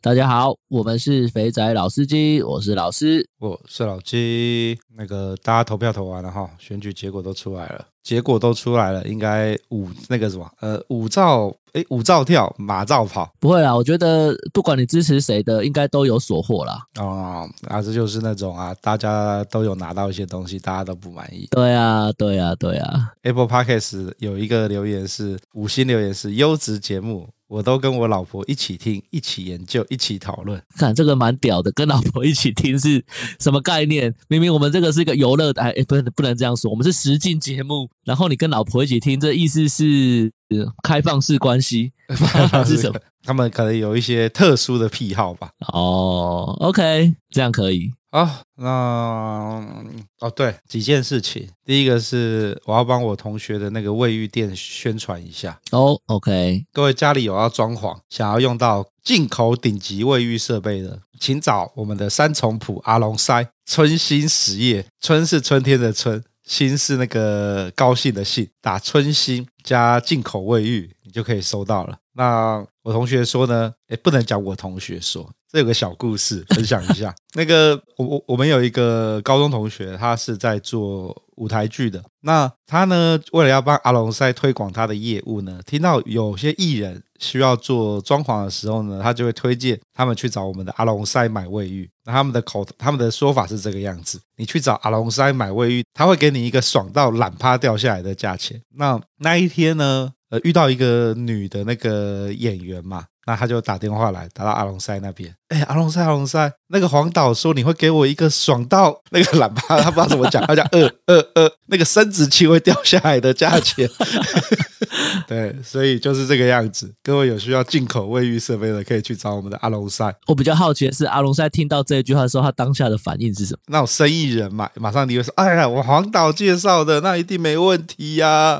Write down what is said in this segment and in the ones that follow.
大家好，我们是肥仔老司机，我是老师。我是老鸡，那个大家投票投完了哈，选举结果都出来了，结果都出来了，应该五那个什么呃五照哎五照跳马照跑不会啦，我觉得不管你支持谁的，应该都有所获啦。哦啊，这就是那种啊，大家都有拿到一些东西，大家都不满意。对啊，对啊，对啊， Apple Podcast 有一个留言是五星留言是优质节目，我都跟我老婆一起听，一起研究，一起讨论。看这个蛮屌的，跟老婆一起听是什么概念？明明我们这个是一个游乐，哎，哎不能不能这样说，我们是实境节目，然后你跟老婆一起听，这意思是、呃开放式关系 是什么？？ 他们可能有一些特殊的癖好吧。哦，OK，这样可以。啊，那哦对，几件事情。第一个是我要帮我同学的那个卫浴店宣传一下，哦，OK，各位家里有要装潢，想要用到进口顶级卫浴设备的，请找我们的三重埔阿龙塞春兴实业。春是春天的春，兴是那个高兴的兴，打春兴加进口卫浴，你就可以收到了。那我同学说呢，诶，不能讲我同学说，这有个小故事分享一下。那个我我我们有一个高中同学，他是在做舞台剧的。那他呢，为了要帮阿龙塞推广他的业务呢，听到有些艺人需要做装潢的时候呢，他就会推荐他们去找我们的阿龙塞买卫浴。那他们的口，他们的说法是这个样子：你去找阿龙塞买卫浴，他会给你一个爽到懒趴掉下来的价钱。那那一天呢，呃，遇到一个女的那个演员嘛，那他就打电话来，打到阿龙塞那边。哎，阿龙塞，阿龙塞，那个黄导说你会给我一个爽到那个懒趴，他不知道怎么讲，他讲呃呃呃，那个生殖器会掉下来的价钱。对，所以就是这个样子。各位有需要进口卫浴设备的，可以去找我们的阿龙塞。我比较好奇的是，阿龙在听到这一句话的时候，他当下的反应是什么？那种生意人嘛，马上你会说：“哎呀，我黄导介绍的，那一定没问题呀、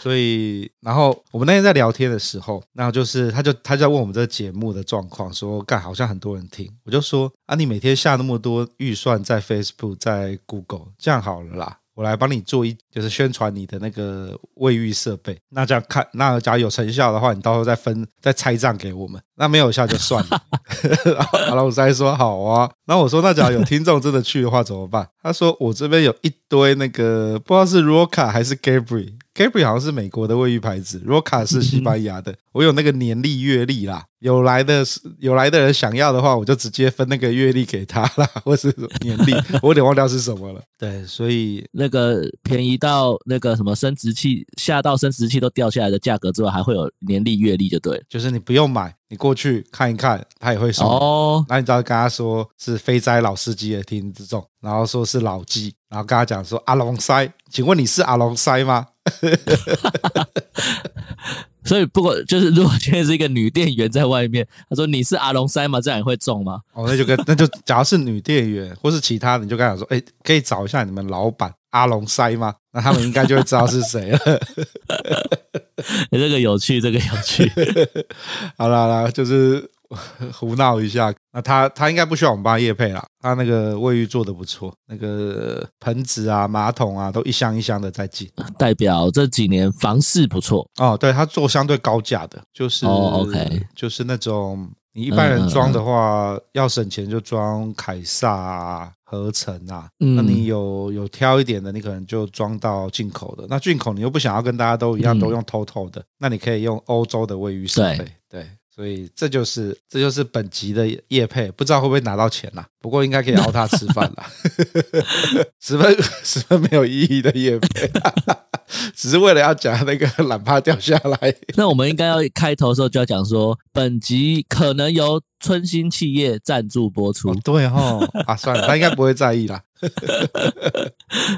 所以，然后我们那天在聊天的时候，然后就是他就他就在问我们这个节目的状况，说干好像很多人听，我就说啊，你每天下那么多预算在 Facebook 在 Google，这样好了啦。我来帮你做一，就是宣传你的那个卫浴设备。那这样看，那假如有成效的话，你到时候再分再拆账给我们。那没有效就算了。 然后然后我才说好啊。然后我说那假如有听众真的去的话怎么办？ 他说我这边有一堆那个不知道是 Roca 还是 Gabri。Gabri 好像是美国的卫浴牌子，Roca 是西班牙的。我有那个年历月历啦，有来的有来的人想要的话，我就直接分那个月历给他啦， 或是年历，我有点忘掉是什么了。对，所以那个便宜到那个什么生殖器下到生殖器都掉下来的价格之外，还会有年历月历就对了。就是你不用买，你过去看一看，他也会送你。哦，然后你只要跟他说是肥仔老司机的听众，然后说是老鸡，然后跟他讲说阿龙塞，请问你是阿龙塞吗？所以不管就是如果今天是一个女店员在外面，她说你是阿龙塞吗？这样也会中吗？哦，那就跟那就，假如是女店员或是其他的，你就跟他讲说，哎，可以找一下你们老板阿龙塞吗？那他们应该就会知道是谁了。 你欸这个有趣，这个有 趣。好啦好啦，就是胡闹一下。那他他应该不需要我们帮他夜配啦，他那个卫浴做的不错，那个盆子啊、马桶啊都一箱一箱的在进。代表这几年房市不错，哦，对，它做相对高价的，就是、哦，OK 嗯就是那种你一般人装的话，要省钱就装凯撒啊、合成啊。那嗯你有有挑一点的，你可能就装到进口的。那进口你又不想要跟大家都一样、嗯都用 TOTO 的，那你可以用欧洲的卫浴设备。对，所以这就是这就是本集的业配，不知道会不会拿到钱啦、不过应该可以熬他吃饭啦， 十分十分没有意义的业配，啊只是为了要讲那个懒趴掉下来。那我们应该要开头的时候就要讲说，本集可能由春兴企业赞助播出。哦对哦，啊，算了，他应该不会在意啦。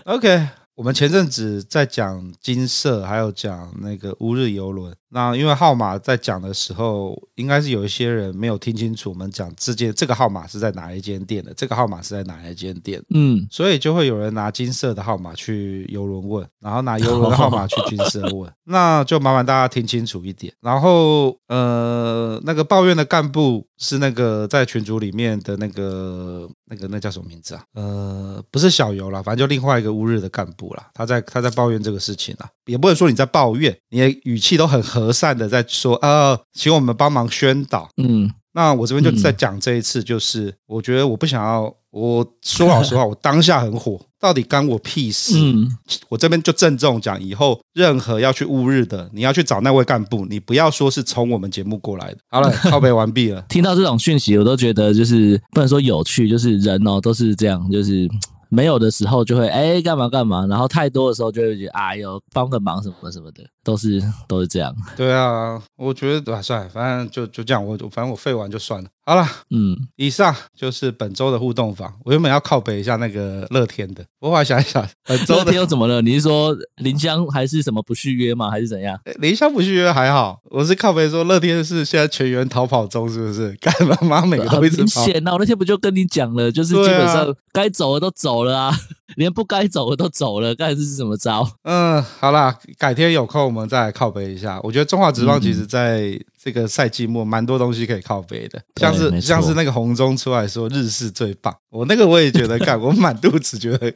OK，我们前阵子在讲金色，还有讲那个乌日游轮。那因为号码在讲的时候，应该是有一些人没有听清楚，我们讲这间这个号码是在哪一间店的，这个号码是在哪一间店的嗯，所以就会有人拿金色的号码去游轮问，然后拿游轮的号码去金色问，那就麻烦大家听清楚一点。然后呃，那个抱怨的干部是那个在群组里面的那个那个那叫什么名字啊？呃，不是小游啦，反正就另外一个乌日的干部啦，他在他在抱怨这个事情啦，也不能说你在抱怨，你的语气都很和善的在说，呃，请我们帮忙宣导，嗯，那我这边就再讲这一次，就是、我觉得我不想要，我说老 实话，我当下很火，到底干我屁事？嗯，我这边就郑重讲，以后任何要去乌日的，你要去找那位干部，你不要说是从我们节目过来的。 好了，靠背完毕了。听到这种讯息，我都觉得就是不能说有趣，就是人哦都是这样，就是。没有的时候就会哎干嘛干嘛，然后太多的时候就会觉得哎呦帮个忙什么什么的，都是都是这样。对啊，我觉得啊，算了，反正就就这样，我反正我废完就算了。好了，嗯，以上就是本周的互动房。我原本要靠北一下那个乐天的，我后来想一想，本周昨的天又怎么了？你是说林香还是什么不续约吗？还是怎 样？雷霄不续约还好，我是靠北说乐天是现在全员逃跑中，是不是？ 干嘛妈每个很都一直明跑，显啊！我那天不就跟你讲了，就是对啊基本上该走的都走了啊， 连不该走的都走了，该是什么招？ 嗯，好啦，改天有空我们再来靠北一下。我觉得中华职棒其实嗯在这个赛季末蛮多东西可以靠北的，对像没是错像是那个红中出来说日式最棒，我那个我也觉得 干，我满肚子觉得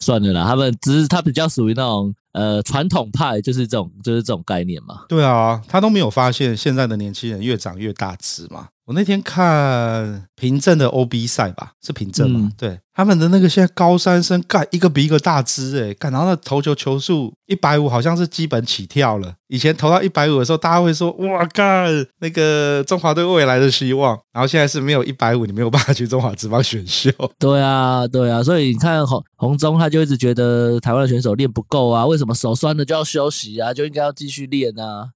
算了啦，他们只是他比较属于那种呃传统派，就是这种就是这种概念嘛。对啊，他都没有发现现在的年轻人越长越大只嘛。我那天看平镇的 OB 赛吧，是平镇嘛？嗯对，他们的那个现在高三生干一个比一个大只诶、干，然后那投球球速一百五好像是基本起跳了。以前投到一百五的时候，大家会说哇干，那个中华队未来的希望。然后现在是没有一百五，你没有办法去中华职棒选秀。 对啊，对啊，所以你看洪洪忠他就一直觉得台湾的选手练不够啊，为什么手酸了就要休息啊，就应该要继续练啊？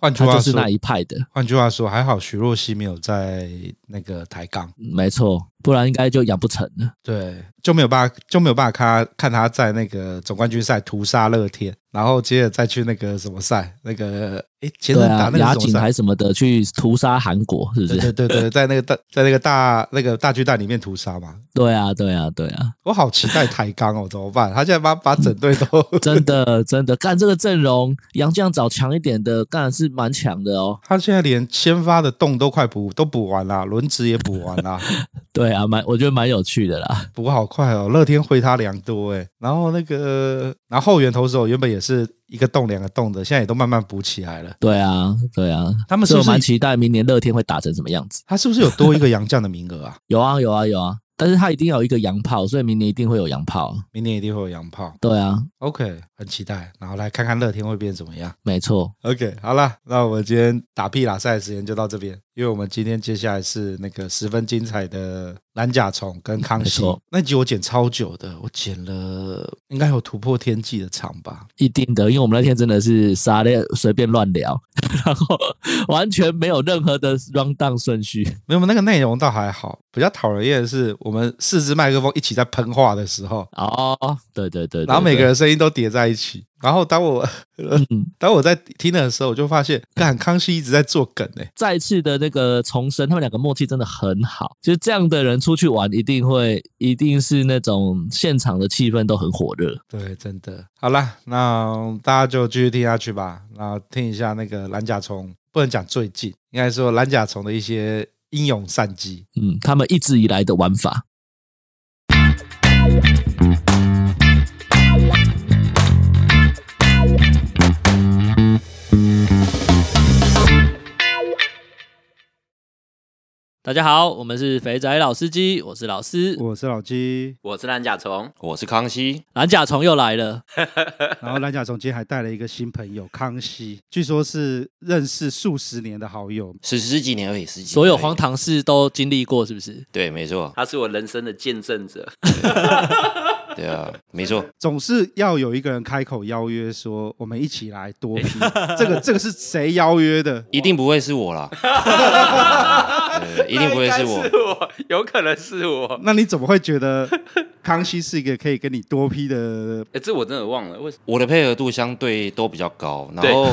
换句他话就是那说，一派的，换句话说，还好徐若曦没有在那个抬杠。嗯没错，不然应该就养不成了。对，就没有办法就没有办法看他看他在那个总冠军赛屠杀乐天，然后接着再去那个什么赛，那个诶前对阵打啊那，个雅什么景赛还，什么的去屠杀韩国，是不对是？对对对，在那个大在那个大那个大巨蛋里面屠杀嘛。对啊，对啊，对啊。我好期待抬杠哦，怎么办？他现在把把整队都真的真的，干这个阵容，杨绛找强一点的，干是蛮强的哦。他现在连先发的洞都快补都补完啦，轮值也补完啦，对啊，蛮我觉得蛮有趣的啦。补好快哦！乐天回他良多诶，然后那个然后后援投手原本也是一个洞两个洞的，现在也都慢慢补起来了。对啊，对啊，他们是不所以我是蛮期待明年乐天会打成什么样子。他是不是有多一个洋将的名额啊？ 有啊，有啊，有啊，但是他一定要有一个洋炮，所以明年一定会有洋炮。明年一定会有洋炮。对啊， OK，很期待，然后来看看乐天会变怎么样。没错， OK，好了，那我们今天打屁拉赛的时间就到这边，因为我们今天接下来是那个十分精彩的蓝甲虫跟康熙没错那集，我剪超久的，我剪了应该有突破天际的场吧。一定的，因为我们那天真的是傻的随便乱聊， 然后完全没有任何的 round down 顺序。没有，那个内容倒还好，比较讨人厌的是我们四支麦克风一起在喷话的时候，哦，对对对对然后每个对人声音都叠在一起。然后当我、 当我在听的时候，我就发现，干康熙一直在做梗哎、再次的那个重生，他们两个默契真的很好。就是这样的人出去玩，一定会，一定是那种现场的气氛都很火热。对，真的。好啦，那大家就继续听下去吧。那听一下那个蓝甲虫，不能讲最近，应该说蓝甲虫的一些英勇善绩。嗯，他们一直以来的玩法。大家好，我们是肥仔老司机，我是老司，我是老鸡，我是蓝甲虫，我是康熙，蓝甲虫又来了，然后蓝甲总监还带了一个新朋友康熙，据说是认识数十年的好友。十十几年而已，十几年所有而已荒唐事都经历过，是不是？对，没错，他是我人生的见证者。对啊，没错，总是要有一个人开口邀约说，我们一起来多 批。这个这个是谁邀约的？一定不会是我啦，对 一定不会是那我应该，是我，有可能是我。那你怎么会觉得康熙是一个可以跟你多批的？哎，这我真的忘了，为什么？我的配合度相对都比较高，然后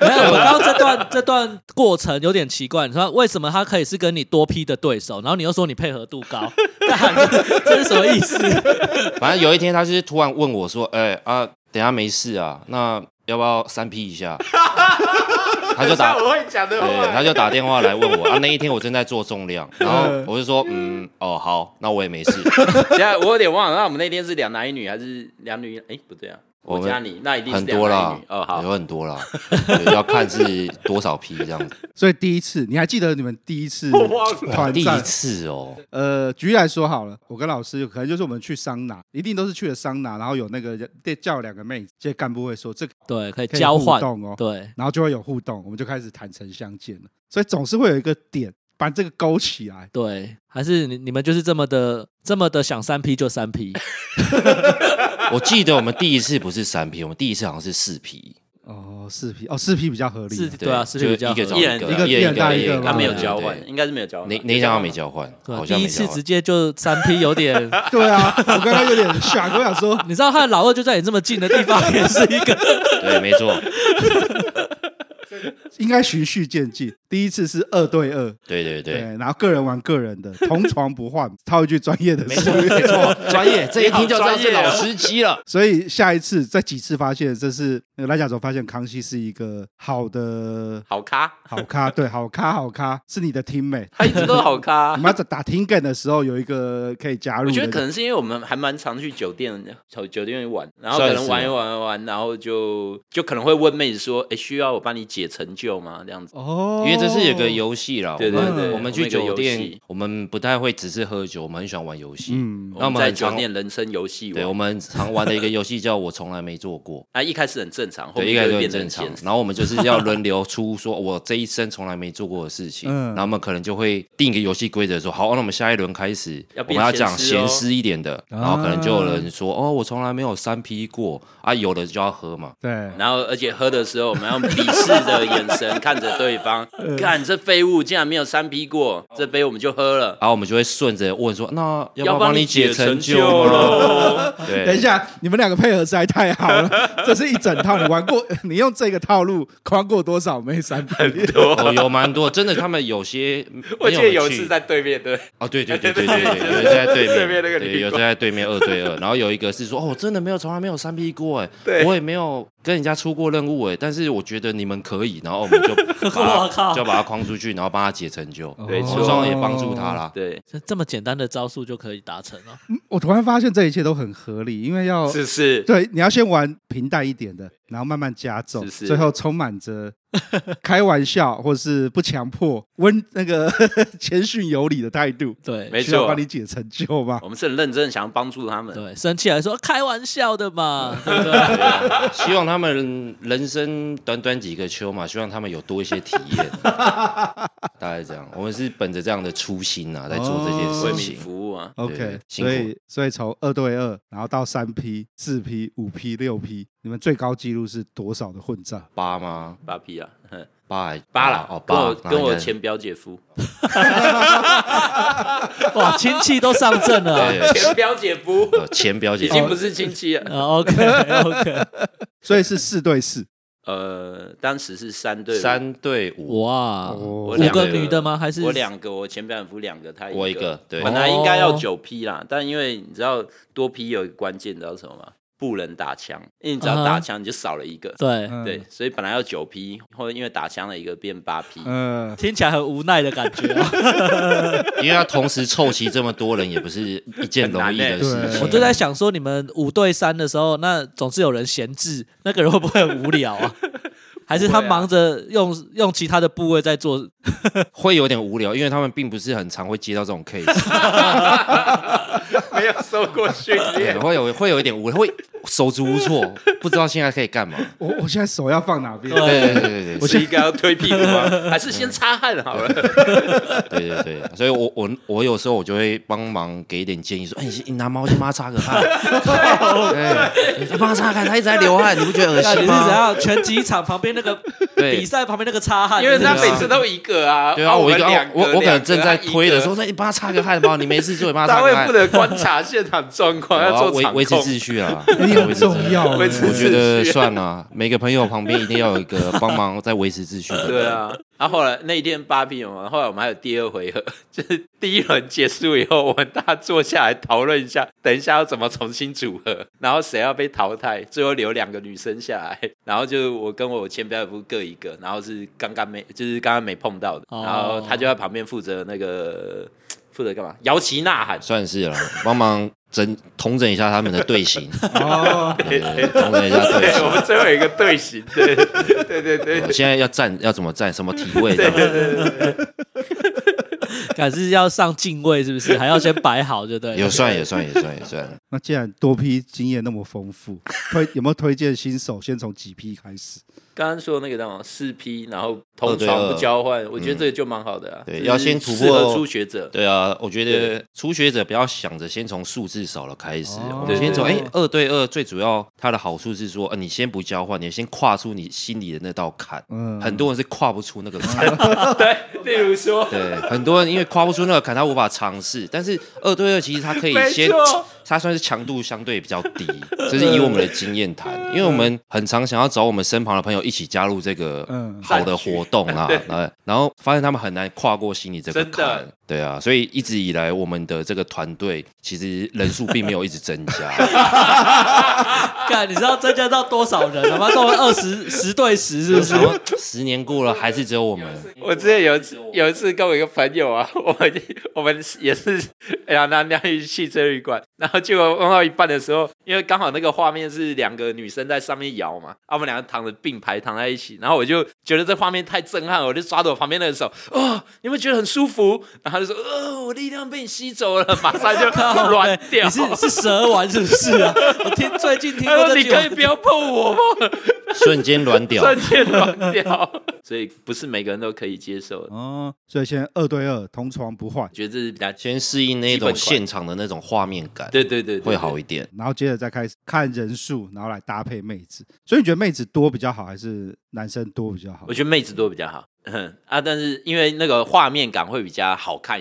没有，我刚刚这段这段过程有点奇怪，你说为什么他可以是跟你多批的对手，然后你又说你配合度高， 干这是什么意思？反正有一天他就是突然问我说：“哎、啊，等一下没事啊，那要不要三 P 一下？”他就 打像，我会讲的对，他话，就打电话来问我啊。那一天我正在做重量，然后我就说：“嗯，哦，好，那我也没事。等一下我有点忘了。那我们那天是两男一女还是两女？哎，不对啊，我我们加你，那一”定是很两多男啦一女。，哦，好有，很多啦，对要看是多少 P 这样子。所以第一次，你还记得你们第一次团第一战？次哦，呃，举例来说好了，我跟老师可能就是我们去桑拿，一定都是去了桑拿，然后有那个对叫两个妹子，这些干部会说这个对，可以可以交互换，动哦对，然后就会有互动，我们就开始坦诚相见了。所以总是会有一个点把这个勾起来。对，还是你你们就是这么的这么的想三 P 就三 P， 我记得我们第一次不是三 P，我们第一次好像是四 P，哦，四 P 哦，四 P 比较合理啊。是对对啊，是就比一较个合理找一个人一个一一人搭一一个个，嘛他没有对交对换，应该是没有交换。那那一张他没交换，对好啊，像第一没次交直换。接就三 P 有 点，对啊，我刚刚有点傻，我想说你知道他的老二就在你这么近的地方，也是一个 对，没错，应该循序渐进，第一次是二对二。对对对，然后个人玩个人的，同床不 换，套一句专业的没词错。没错，专业，这一听就知道啊是老司 机了。所以下一次再几次发现，这是呃那个来讲时候发现康熙是一个好的好咖，好咖，对，好咖好咖是你的 teammate。他一直都是好 咖你。们要打听梗的时候有一个可以加入的，我觉得可能是因为我们还蛮常去酒店，酒酒店玩，然后算可是啊能玩一玩玩一玩，然后就就可能会问妹子说：“哎，需要我帮你解成就吗？”这样子。哦，因为这是有个游戏啦，我嗯对对们对我们我们有去个酒游店戏，我们不太会只是喝酒，我们很喜欢玩游戏。嗯，那我们在很酒常店人生游戏对，我玩，们常玩的一个游戏叫我从来没做过，啊，一开始很正常，后对，一面开就始会很变得正很常现。实。然后我们就是要轮流出，说我这一生从来没做过的事情。嗯然后我们可能就会定一个游戏规则，说好，那我们下一轮开始，要我变们要讲咸湿哦咸湿一点的。然后可能就有人说，啊哦，我从来没有三 P 过啊，有的就要喝嘛。对，然后，而且喝的时候，我们要用鄙视的眼神看着对方。 干，这废物竟然没有三 P 过，这杯我们就喝了。然后我们就会顺着问说，那要不要要帮帮你解解成成就就喽吗？对，等一，下，你们两个配合实在太好 了，这是一整套。你玩过，你用这个套路框过多少妹三很多。哦，有蛮多，真的，他们有些 我没记得有有一次去在对面，对，哦，对对对对对，对，有一次在对面，对面那个对，旅有一馆次在对面二对二，然后有一个是说，哦，我真的没有从来没有三 P 过哎，对我也没有跟人家出过任务哎，但是我觉得你们可以，然后我们就 我靠把哦他就把他框出去，然后帮他解成就，没哦错我算也帮助他啦， 对，这么简单的招数就可以达成了。我突然发现这一切都很合理，因为要是不是？对你要先玩平淡一点的，然后慢慢加重，是是最后充满着 开玩笑或是不强迫、温那个 谦逊有礼的态度。对，没需要错哦帮，你解成就吗？我们是很认真地想要帮助他们。对，生气还说开玩笑的嘛，对不对？希望他们人生短短几个秋嘛，希望他们有多一些体 验，大概这样，我们是本着这样的初心啊，在做这件为事民情。服务啊， OK，对辛所苦以所以从二对二，然后到三 P、四 P、五 P、六 P，你们最高纪录是多少的混战？八吗？八 P 啊，哼八还八啦，哦，跟八我跟我前。前表姐夫，哇，亲戚都上阵了啊。对 前表姐夫呃，前表姐已经不是亲戚了。 OK OK，所以是四对四，呃，当时是三对，三对五，哇，哦我五两个女的吗？还是我两个，我前表演服两个，他我一个个，，对，本来应该哦要九批啦，但因为你知道多批有一个关键，你知道什么吗？不能打枪，因为你只啊要打枪你就少了一个，对，嗯对，，所以本来要九批，后来因为打枪了一个变八批，嗯，听起来很无奈的感觉啊。因为要同时凑齐这么多人，也不是一件容易的很难事欸 情。我就在想 说，你们五对三的时候，那总是有人闲置，那个人会不会很无聊啊？还是他忙着用用其他的部位在做？会有点无聊，因为他们并不是很常会接到这 种 case，没有受过训对练。会有会有一点无会手足无措，不知道现在可以干嘛。我我现在手要放哪边？对对对对对，是应该要推屁股 吗？还是先擦汗好了？嗯对对对，所以我我我有时候我就会帮忙给一点建议，说，哎、你你拿毛巾帮他擦个 汗，对， 哎你帮他擦汗，他一直在流汗，你不觉得恶那你心是怎吗？样？拳击场旁边那个对比赛旁边那个擦汗，因为他那每次都一个 啊，对啊，我一们个两我我可能正在推的时，啊候，说你帮他擦个汗吧，你没事做，你 帮一个他擦会个汗啊负，责观察现场状况，我要做维场维持控。秩序 啊，你维很持秩序重要欸，维持 我觉得算了，每个朋友旁边一定要有一个帮忙在维持秩序的。 对啊，然后后来那一天芭比嘛，后来我们还有第二回合， 就是第一轮结束以后，我们大家坐下来讨论一下，等一下要怎么重新组合，然后谁要被淘汰，最后留两个女生下来， 然后就是我跟我前表演部各一个，然后是刚刚没，就是刚刚没碰到的，哦然后他就在旁边负责那个负责干嘛？摇旗呐喊。 算是了，帮忙整统整一下他们的队 形，哦，对对对统整一下队对，形我。们最后有一个队形， 对对对对我现在要站要怎么站，什么体位这样，敢是要上敬畏是不是？还要先摆好，对不对？也算也算也算也算。那既然多批经验那么丰富， 推有没有推荐新手先从几批开始？刚刚说那个叫什么四 P，然后二同哦对床二不交换，我觉得这个就蛮好的啊。对就是要先突适破合初学者，对啊，我觉得初学者不要想着先从数字少了开始，我们对先从对哎对二对二，最主要它的好处是说，呃，你先不交换，你先跨出你心里的那道坎。嗯，很多人是跨不出那个坎， 对，例如说，对，很多人因为跨不出那个坎，他无法尝试。但是二对二其实他可以没先错，它算是强度相对比较低，这是以我们的经验谈，因为我们很常想要找我们身旁的朋友一起加入这个嗯好的活动 啊，然后然后发现他们很难跨过心里这个真的坎，对啊，所以一直以来我们的这个团队其实人数并没有一直增加， 干，你知道增加到多少人了吗？到二十十对十是不是 然？后十年过了还是只有我们，嗯我之前有一次有一次跟我一个朋友啊， 我们我们也是哎两男两女去汽车旅馆，然后结果逛到一半的时候，因为刚好那个画面是两个女生在上面摇嘛，啊，我们两个躺着并排躺在一起，然后我就觉得这画面太震撼了，我就抓着我旁边的人手， 哦，你们觉得很舒服？然后他就说，哦，我力量被你吸走了， 马上就软哎掉。你 是是蛇丸是不是啊？我听最近听他过这说：“呃你句可以话，不要碰我 吗？瞬间软屌，瞬间软掉， 所以不是每个人都可以接受的。哦，所以先二对二，同床不换我，觉得这是比较先适应那基本种款现场的那种画面感，对对对，对会好一点。然后接着再开始看人数，然后来搭配妹子。所以你觉得妹子多比较好，还是男生多比较好我？觉得妹子多比较好。嗯啊，但是因为那个画面感会比较好看，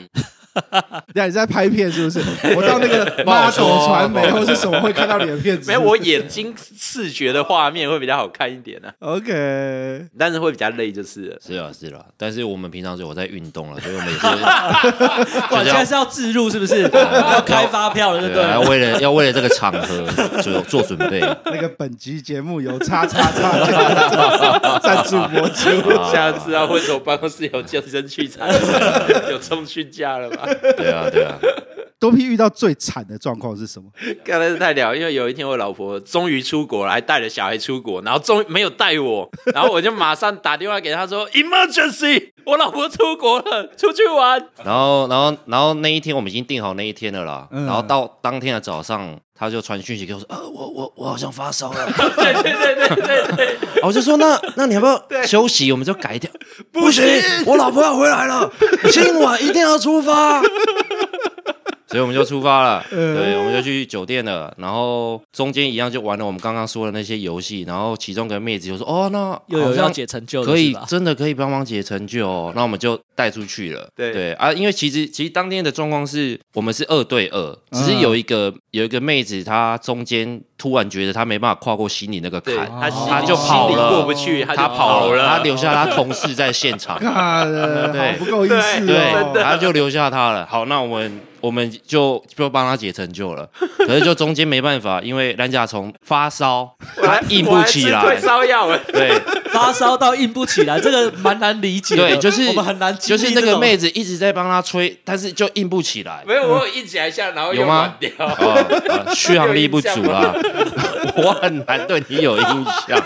那你在拍片是不是？我到那 个不好说 model 传媒不好或说是什么会看到你的片子？哦没有我眼睛视觉的画面会比较好看一点呢、啊， OK，但是会比较累就是了。是啊，是啦、但是我们平常就有在运动了，所以我 们也啊是哇，现在是要自入 是不是？要开发票了，对不对啊，啊要对？为了要为了这个场合做做准备。那个本集节目由叉叉叉 赞助播出。下次啊，为什么办公室有健身器材？ 有重训架了吧？对啊，对啊，多批遇到最惨的状况是什么？刚才是太聊，因为有一天我老婆终于出国了，还带了小孩出国，然后终于没有带我，然后我就马上打电话给她说 emergency，我老婆出国了，出去玩。 然后然后然后那一天我们已经定好那一天了啦，嗯。然后到当天的早上，他就传讯息给我说，呃，我我我好像发烧了，对对对对对对。然后我就说那那你 要不要休息？我们就改掉，不行，我老婆要回来了，今晚一定要 出发。所以我们就出发了，嗯对，我们就去酒店了，然后中间一样就玩了我们刚刚说的那些游戏，然后其中个妹子就说：“哦，那又有好要像解成就的可是以吧？真的可以帮忙解成就、哦，那我们就带出去了。对啊，因为其实其实当天的状况是我们是二对二，嗯只是有一个、有一个妹子她中间突然觉得她没办法跨过心里那个对坎，他心里他就跑心里了过不去，他她就跑了，她留下她同事在现场 啊，好对不够意思对哦，！她就留下她了。好，那我们我们就就帮他解成就了。可是就中间没办法，因为蓝甲虫发烧，他硬不起我还来吃退。烧药欸了，对发烧到硬不起来，这个蛮难理解的。对，就是我们很难经就历是那个种妹子一直在帮他吹，但是就硬不起来。 没有，我有硬起来一下，然后又有吗软掉。哦，啊续航力不足啦， 我很难对你有印象。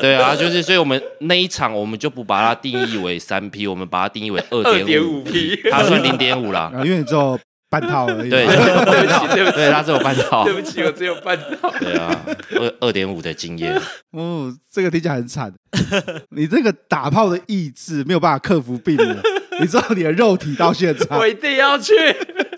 对啊，就是所以我们那一场我们就不把它定义为三 P，我们把它定义为二二点点五五，P，它算零点五啦。啊因为你只有半套而已。 对，对不起，对不起，对，它只有半 套对。不起，我只有半 套。对啊，二二点五的经 验，哦，这个听起来很惨。 你这个打炮的意志没有办法克服病魔，你知道你的肉体到现我在，一定要去，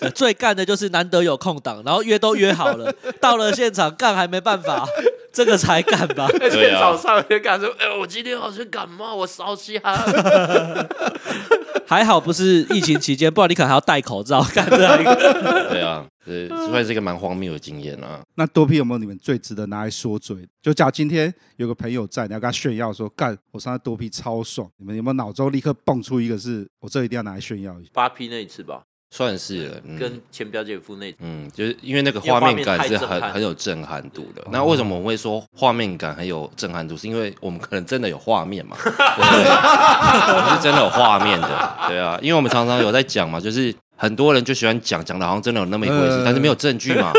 啊最干的就是难得有空档，然后约都约好了，到了现场干还没办法， 这个才干吧。而且对啊早上我就跟他说：“哎、我今天好像感冒，我烧瞎了。 还好不是疫情期间，不然你可能还要戴口罩干这样一个。对啊，对，算是一个蛮荒谬的经验啊。那多批有没有你们最值得拿来说嘴的？就假如今天有个朋友在，你要跟他炫耀说，干，我上次多批超爽，你们有没有脑中立刻蹦出一个是，我这一定要拿来炫耀一下？八 P 那一次吧，算是了，嗯跟前表姐夫那一次，嗯，就是因为那个因为画画面面感太是震很撼很有震撼度的。那为什么我会说画面感很有震撼度？是因为我们可能真的有画 面嘛，对我们是真的有画面的，对啊。因为我们常常有在讲嘛，就是很多人就喜欢讲，讲的好像真的有那么一回事，呃但是没有证据 嘛，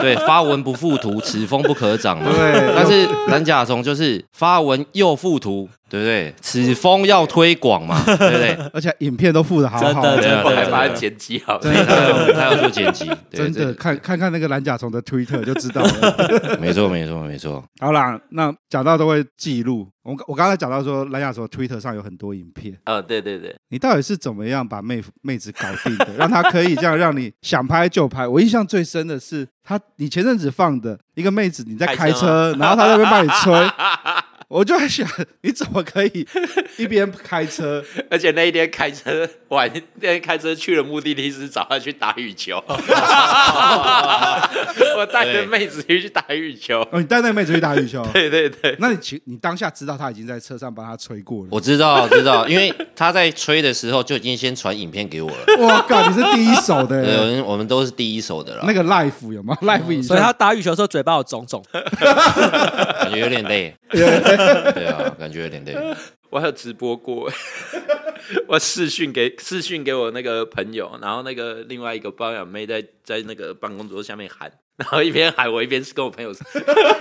对，发文不附图，此风不可长嘛。对但是蓝甲虫就是发文又附图，对不对？此风要推广嘛，对 不对？而且影片都附的好好真的的，对啊 我还对啊把对它啊剪辑好所以 他有他要做剪辑，对真这的个看看看那个蓝甲虫的 Twitter 就知道了。 没错没错没错。好啦，那讲到都会记录，我我刚才讲到说蓝甲虫 Twitter 上有很多影片，呃，对对对，你到底是怎么样把妹夫妹子搞定的， 让她可以这样让你想拍就拍？我印象最深的是她，你前阵子放的一个妹子，你在开开车车，然后她在那边帮你吹，我就在想，你怎么可以一边开车？而且那一天开车，我还那天开车去了目的地是找他去打羽球， 我带着妹子去打羽球。哦，你带那个妹子去打羽球，对对对，那你其你当下知道她已经在车上帮她吹过了。我知道，知道，因为他在吹的时候就已经先传影片给 我了。哇靠，你是第一手的对，我欸，们我们都是第一手的啦，那个 life 有吗？life 影所以他像，打羽球的时候嘴巴有肿肿，感觉有点 累。对啊，感觉有点累。我还有直播过， 我视讯给视讯给我那个朋友，然后那个另外一个包养妹在在那个办公桌下面喊， 然后一边喊我一边是跟我朋友，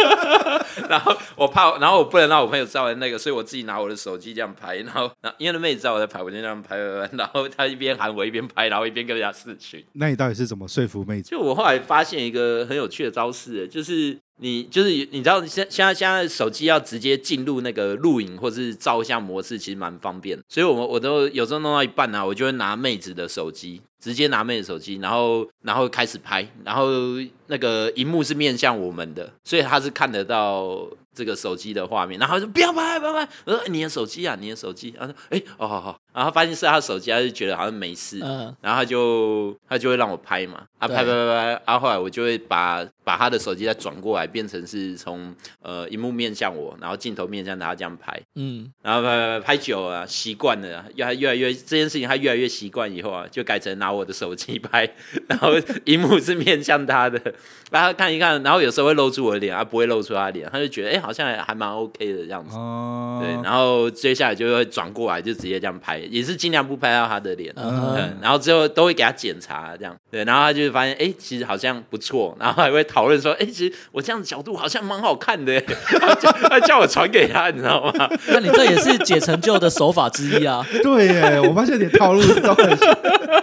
然后我怕，然后我不能让我朋友知道那个，所以我自己拿我的手机这样拍，然后然后因为那妹子知道我在拍，我就这样拍，拍拍然后她一边喊我一边拍，然后一边跟人家视讯。那你到底是怎么说服妹子？就我后来发现一个很有趣的招式，欸就是你就是你知道现现在现在手机要直接进入那个录影或是照相模式，其实蛮方便的。所以我们我都有时候弄到一半啊，我就会拿妹子的手机，直接拿妹子手机，然后然后开始拍，然后那个荧幕是面向我们的，所以他是看得到。这个手机的画面，然后他说不要拍，不要拍。我说你的手机啊，你的手机。他说哎，哦好好。然后发现是他的手机，他就觉得好像没事，嗯，然后他就他就会让我拍嘛，啊对拍拍拍拍，啊后来我就会把把他的手机再转过来，变成是从呃荧幕面向我，然后镜头面向他这样拍，嗯，然后拍拍拍拍久了啊、习惯了啊，越来越来越这件事情他越来越习惯以后啊，就改成拿我的手机拍， 然后荧幕是面向他的，然后看一看，然后有时候会露出我的脸，啊不会露出他的脸，他就觉得哎、好像还还蛮 OK 的这样子，哦对，然后接下来就会转过来就直接这样拍，也是尽量不拍到他的脸，嗯哼嗯，然后之后都会给他检查这样，对，然后他就会发现，哎、其实好像不错，然后还会讨论说，哎、其实我这样的角度好像蛮好看的， 他叫他叫我传给他，你知道吗？那你这也是解成就的手法之一啊。对耶，我发现你的套路都很 像。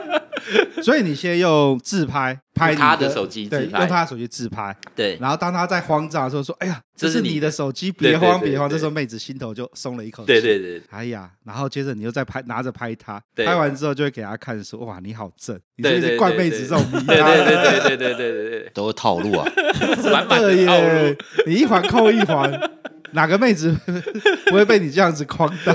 所以你先用自拍拍你用他的手机对自拍用他的手机自拍，对，然后当他在慌张的时候说：“哎呀，这这是是你你的手机，别对对慌对别慌。”对这时候妹子心头就松了一口气。对对对，哎呀，然后接着你又再拍，拿着拍他，对拍完之后就会给他看说：“哇，你好正，你对是对一直对怪妹子这种迷 啊对他。”对对对 对对对对都是套路啊，对，满满对的套路耶，你一环扣一环。 哪个妹子不会被你这样子框到？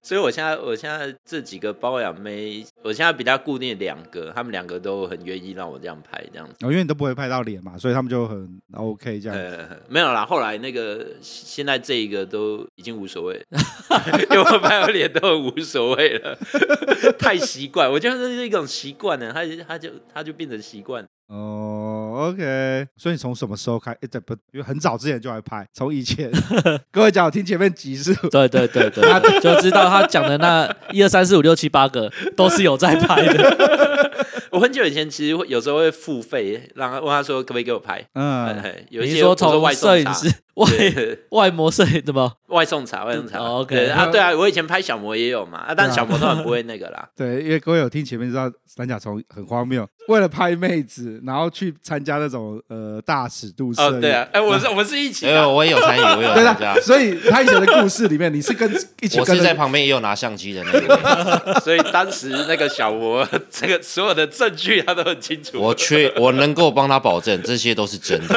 所以我现在我现在这几个包养妹，我现在比较固定两个，他们两个都很愿意让我这样拍这样子。哦因为你都不会拍到脸嘛，所以他们就很 OK 这样。呃，没有啦，后来那个现在这一个都已经无所谓， 因为我拍我脸都很无所谓了， 太习惯，我觉得这是一种习惯了，他他就他就变成习惯。哦，OK。所以你从什么时候开？诶这不，因为很早之前就来拍，从以前。 各位讲，我听前面集数，对对对对，就知道他讲的那一二三四五六七八个都是有在拍的。我很久以前其实会有时候会付费，让他问他说可不可以给我拍， 嗯，嗯、有一你些说我是从外摄送影茶，师外对外模摄影的吗？外送茶，外送茶。哦，OK 嗯对啊，对啊，我以前拍小模也有嘛，啊，但对啊小模当然不会那个 啦。对，因为各位有听前面知道，三甲虫很荒谬，为了拍妹子，然后去参加那种呃大尺度摄哦，影。对啊，哎，我是我们是一起因为的，我也有参与，我也有对参加 啦，，所以他以前的故事里面，你是跟一起我跟是着在旁边也有拿相机的那个，所以当时那个小模 这个所有的证据他都很清楚。我确我能够帮他保证这些都是真的，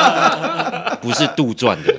不是杜撰的，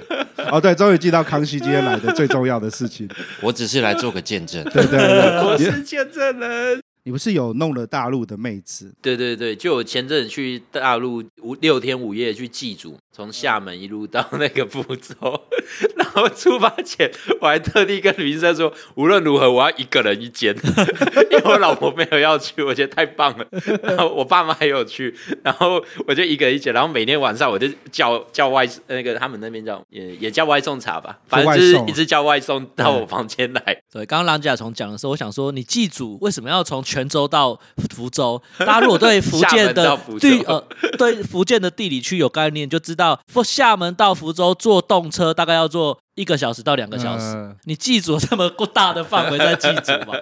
哦，对，终于记到康熙今天来的最重要的事 情。我只是来做个见证。对对对，我你是见证人。你不是有弄了大陆的妹子？ 对对对，就我前阵子去大陆五六天五夜去祭祖，从厦门一路到那个福州， 然后出发前我还特地跟旅行社说，无论如何我要一个人一间， 因为我老婆没有要去，我觉得太棒了。然后我爸妈也有去，然后我就一个人一间，然后每天晚上我就叫叫外那个他们那边叫也也叫外送茶吧，反正就是一直叫外送啊到我房间来。对，刚刚蓝甲虫讲的时候，我想说，你祭祖为什么要从泉州到福 州？大家如果对福厦建门到的福州地呃对福建的地理区有概念，就知道福厦门到福州坐动车大概要坐一个小时到两个小时。嗯你祭祖这么大的范围在祭祖吗？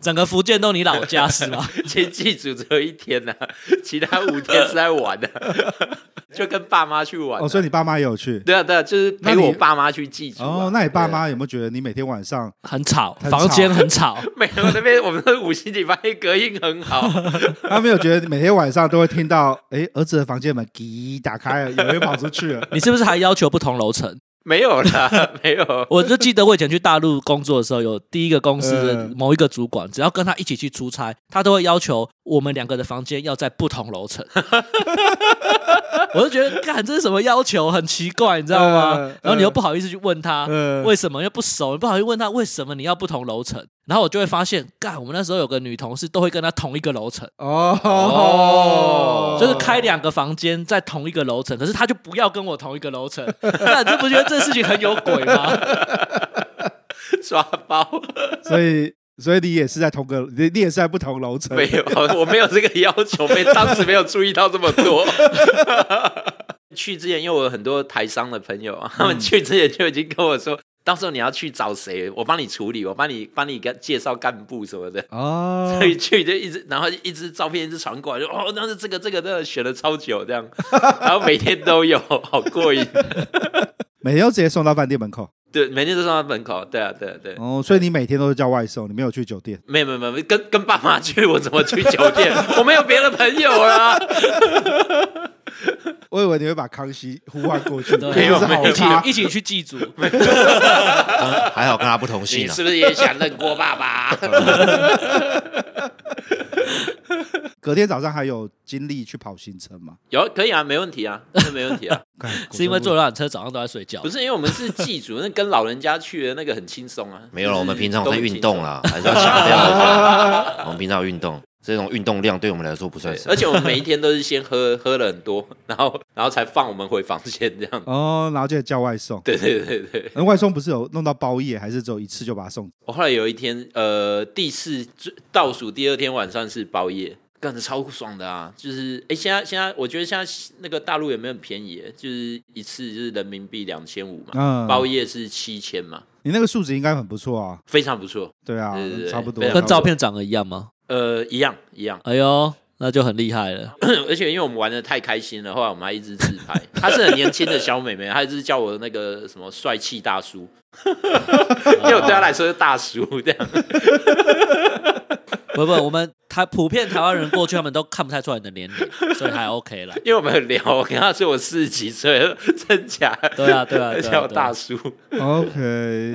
整个福建都你老家是吗？ 其实祭祖只有一天呐、其他五天是在玩的、 就跟爸妈去玩、啊。哦，所以你爸妈也有去。对啊对啊，就是那陪你我爸妈去祭祖、啊。哦，那你爸对啊妈有没有觉得你每天晚上很吵，很吵房间很吵。没有那边我们的五星级饭店隔音 很好，他没有觉得每天晚上都会听到，哎，儿子的房间门叽打开了，有人跑出去 了。你是不是还要求不同楼层？没有啦，没有。 我就记得我以前去大陆工作的时候，有第一个公司的嗯某一个主管，只要跟他一起去出差，他都会要求我们两个的房间要在不同楼 层。我就觉得，干这是什么要求，很奇怪，你知道吗？ 嗯然后你又嗯不好意思去问他，嗯为什么？又不熟，你不好意思问他为什么你要不同楼层。然后我就会发现，干，我们那时候有个女同事都会跟她同一个楼层，哦，就是开两个房间在同一个楼层，可是她就不要跟我同一个楼层，那你就不觉得这事情很有鬼吗？抓包所以所以你也是在同个，你你也是在不同楼层。没有，我没有这个要求，没当时没有注意到这么多。 去之前，因为我有很多台商的朋友，啊嗯他们去之前就已经跟我说，到时候你要去找谁，我帮你处理，我帮你帮你干介绍干部什么的。哦所，以去就一直，然后一直照片一直传过来，就哦，那是这个这个，真的选了超久这样，然后每天都有，好过瘾。每天都直接送到饭店门 口。对，每天都送到门口，对啊，对啊，对啊哦，所以你每天都是叫外送，你没有去酒店。没有没有没有，跟跟爸妈去，我怎么去酒店？我没有别的朋友啦。我以为你会把康熙呼唤过去， 对没有是好一起咖一起去祭 祖，嗯还好跟他不同你姓啊是，不是也想认郭爸爸？隔天早上还有精力去跑行程嘛？有可以啊，没问题啊，那没问题啊。干 是因为坐果游览车早上都在睡觉不。是因为我们是祭祖，那跟老人家去的那个很轻松啊。没有就了，是我们平常都在很运轻动松。啦，还是要强调一下，我们平常有运动，这种运动量对我们来说不算对，什么而。且我们每一天都是先喝喝了很多，然后然后才放我们回房间这样真的。哦，然后就叫外送。对对对对。那外送不是有弄到包夜，还是只有一次就把它送？我后来有一天，呃，第四最倒数第二天晚上是包夜，干的超爽的啊！就是，哎、现在现在我觉得现在那个大陆也没有很便宜耶，就是一次就是人民币两千五嘛，嗯包夜是七千嘛，你那个数值应该很不错啊。非常不错。对啊对对，对差不多非。常差跟不多照片长得一样吗？呃，一样一样， 哎呦，那就很厉害了。而且因为我们玩的太开心了，后来我们还一直自 拍。她是很年轻的小妹妹，她一直叫我那个什么帅气大叔， 因为我对她来说是大叔这样。不不不，我们台普遍台湾人过去，他们都看不太出来你的年龄，所以还 OK 啦。因为我们有聊，我跟他说我四十几岁，真假？对啊对啊 对啊叫对啊大叔。 OK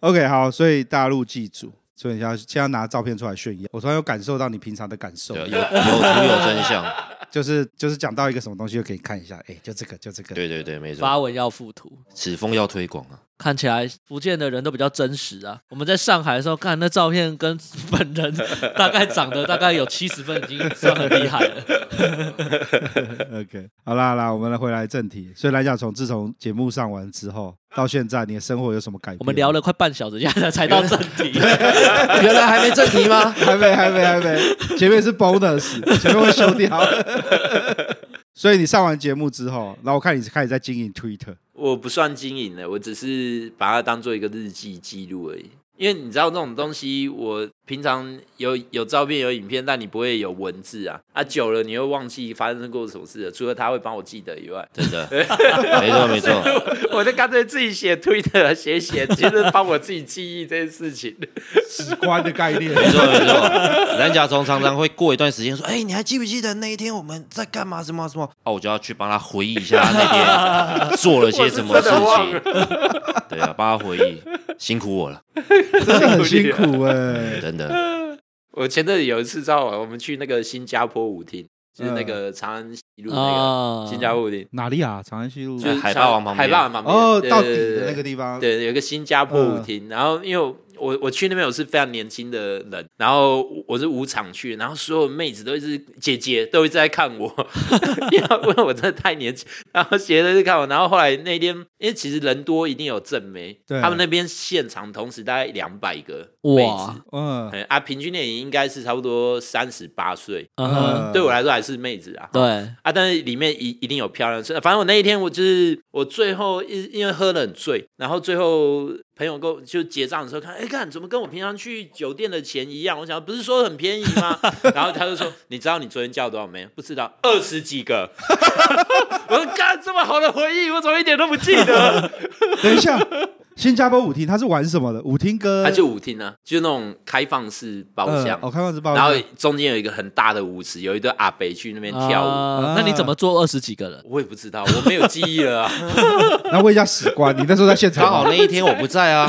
OK，好，所以大陆记住，所以你要先要拿照片出来炫耀。我突然有感受到你平常的感受对，，有有图有真相，就是就是讲到一个什么东西就可以看一下，哎，就这个，就这个。对对对，没错发，文要附图，此风要推广啊，看起来福建的人都比较真实啊。我们在上海的时候看那照片，跟本人大概长得大概 有七十分，已经算很厉害了。 OK，好啦好啦，我们来回来正题。所以来讲，从自从节目上完之后到现在，你的生活有什么改变？我们聊了快半小时，现在才到正题。原来还没正题 吗？还没，还没，还没，前面是 bonus，前面会修掉。 所以你上完节目之后，然后我看你开始在经营 Twitter，我不算经营的，我只是把它当做一个日记记录而已。因为你知道这种东西，我平常有有照片有影片，但你不会有文字啊。啊，久了你会忘记发生过什么事了，除了他会帮我记得以外，真的，没错没错， 我就干脆自己写推特写一写， 其实帮我自己记忆这件事情。史观的概念。没错没错。蓝甲虫常常会过一段时间说：“哎、你还记不记得那一天我们在干嘛？什么什么？”哦、我就要去帮他回忆一下他那天做了些什么事我情是。 对啊，帮他回忆，辛苦我了，真的很辛苦哎、真的。我前阵子有一次，知道吗我们去那个新加坡舞厅，就是那个长安西路那啊个 新加坡舞厅， 哪里啊？长安西路就是海霸王旁边海霸王旁边哦，对到底对对的对那个地方。对，有一个新加坡舞厅，然后因为我我我去那边我是非常年轻的人，然后我我是舞场去，然后所有妹子都一直姐姐都一直在看我， 因为因为我真的太年轻，然后姐姐都一直看我，然后后来那天因为其实人多一定有正妹，对他们那边现场同时大概两百个妹哇子，嗯，嗯啊，平均年龄应该是差不多三十八岁，嗯哼，呃对我来说还是妹子啊，对，啊，但是里面一一定有漂亮的身材。反正我那一天，我就是我最后因因为喝得很醉，然后最后朋友跟我就结账的时候看，哎，看怎么跟我平常去酒店的钱一样？我想不是说很便宜 吗？然后他就说，你知道你昨天叫多少没？不知道，二十几个。 我说，干这么好的回忆，我怎么一点都不记 得？等一下，新加坡舞厅它是玩什么的？舞厅跟他去舞厅呢，就是那种开放式包厢呃，哦，开放式包然厢后，中间有一个很大的舞池，有一对阿北去那边跳舞。啊那你怎么做二十几个人？我也不知道，我没有记忆了啊。然后问一下史官，你那时候在现 刚场好吗？那一天我不在啊，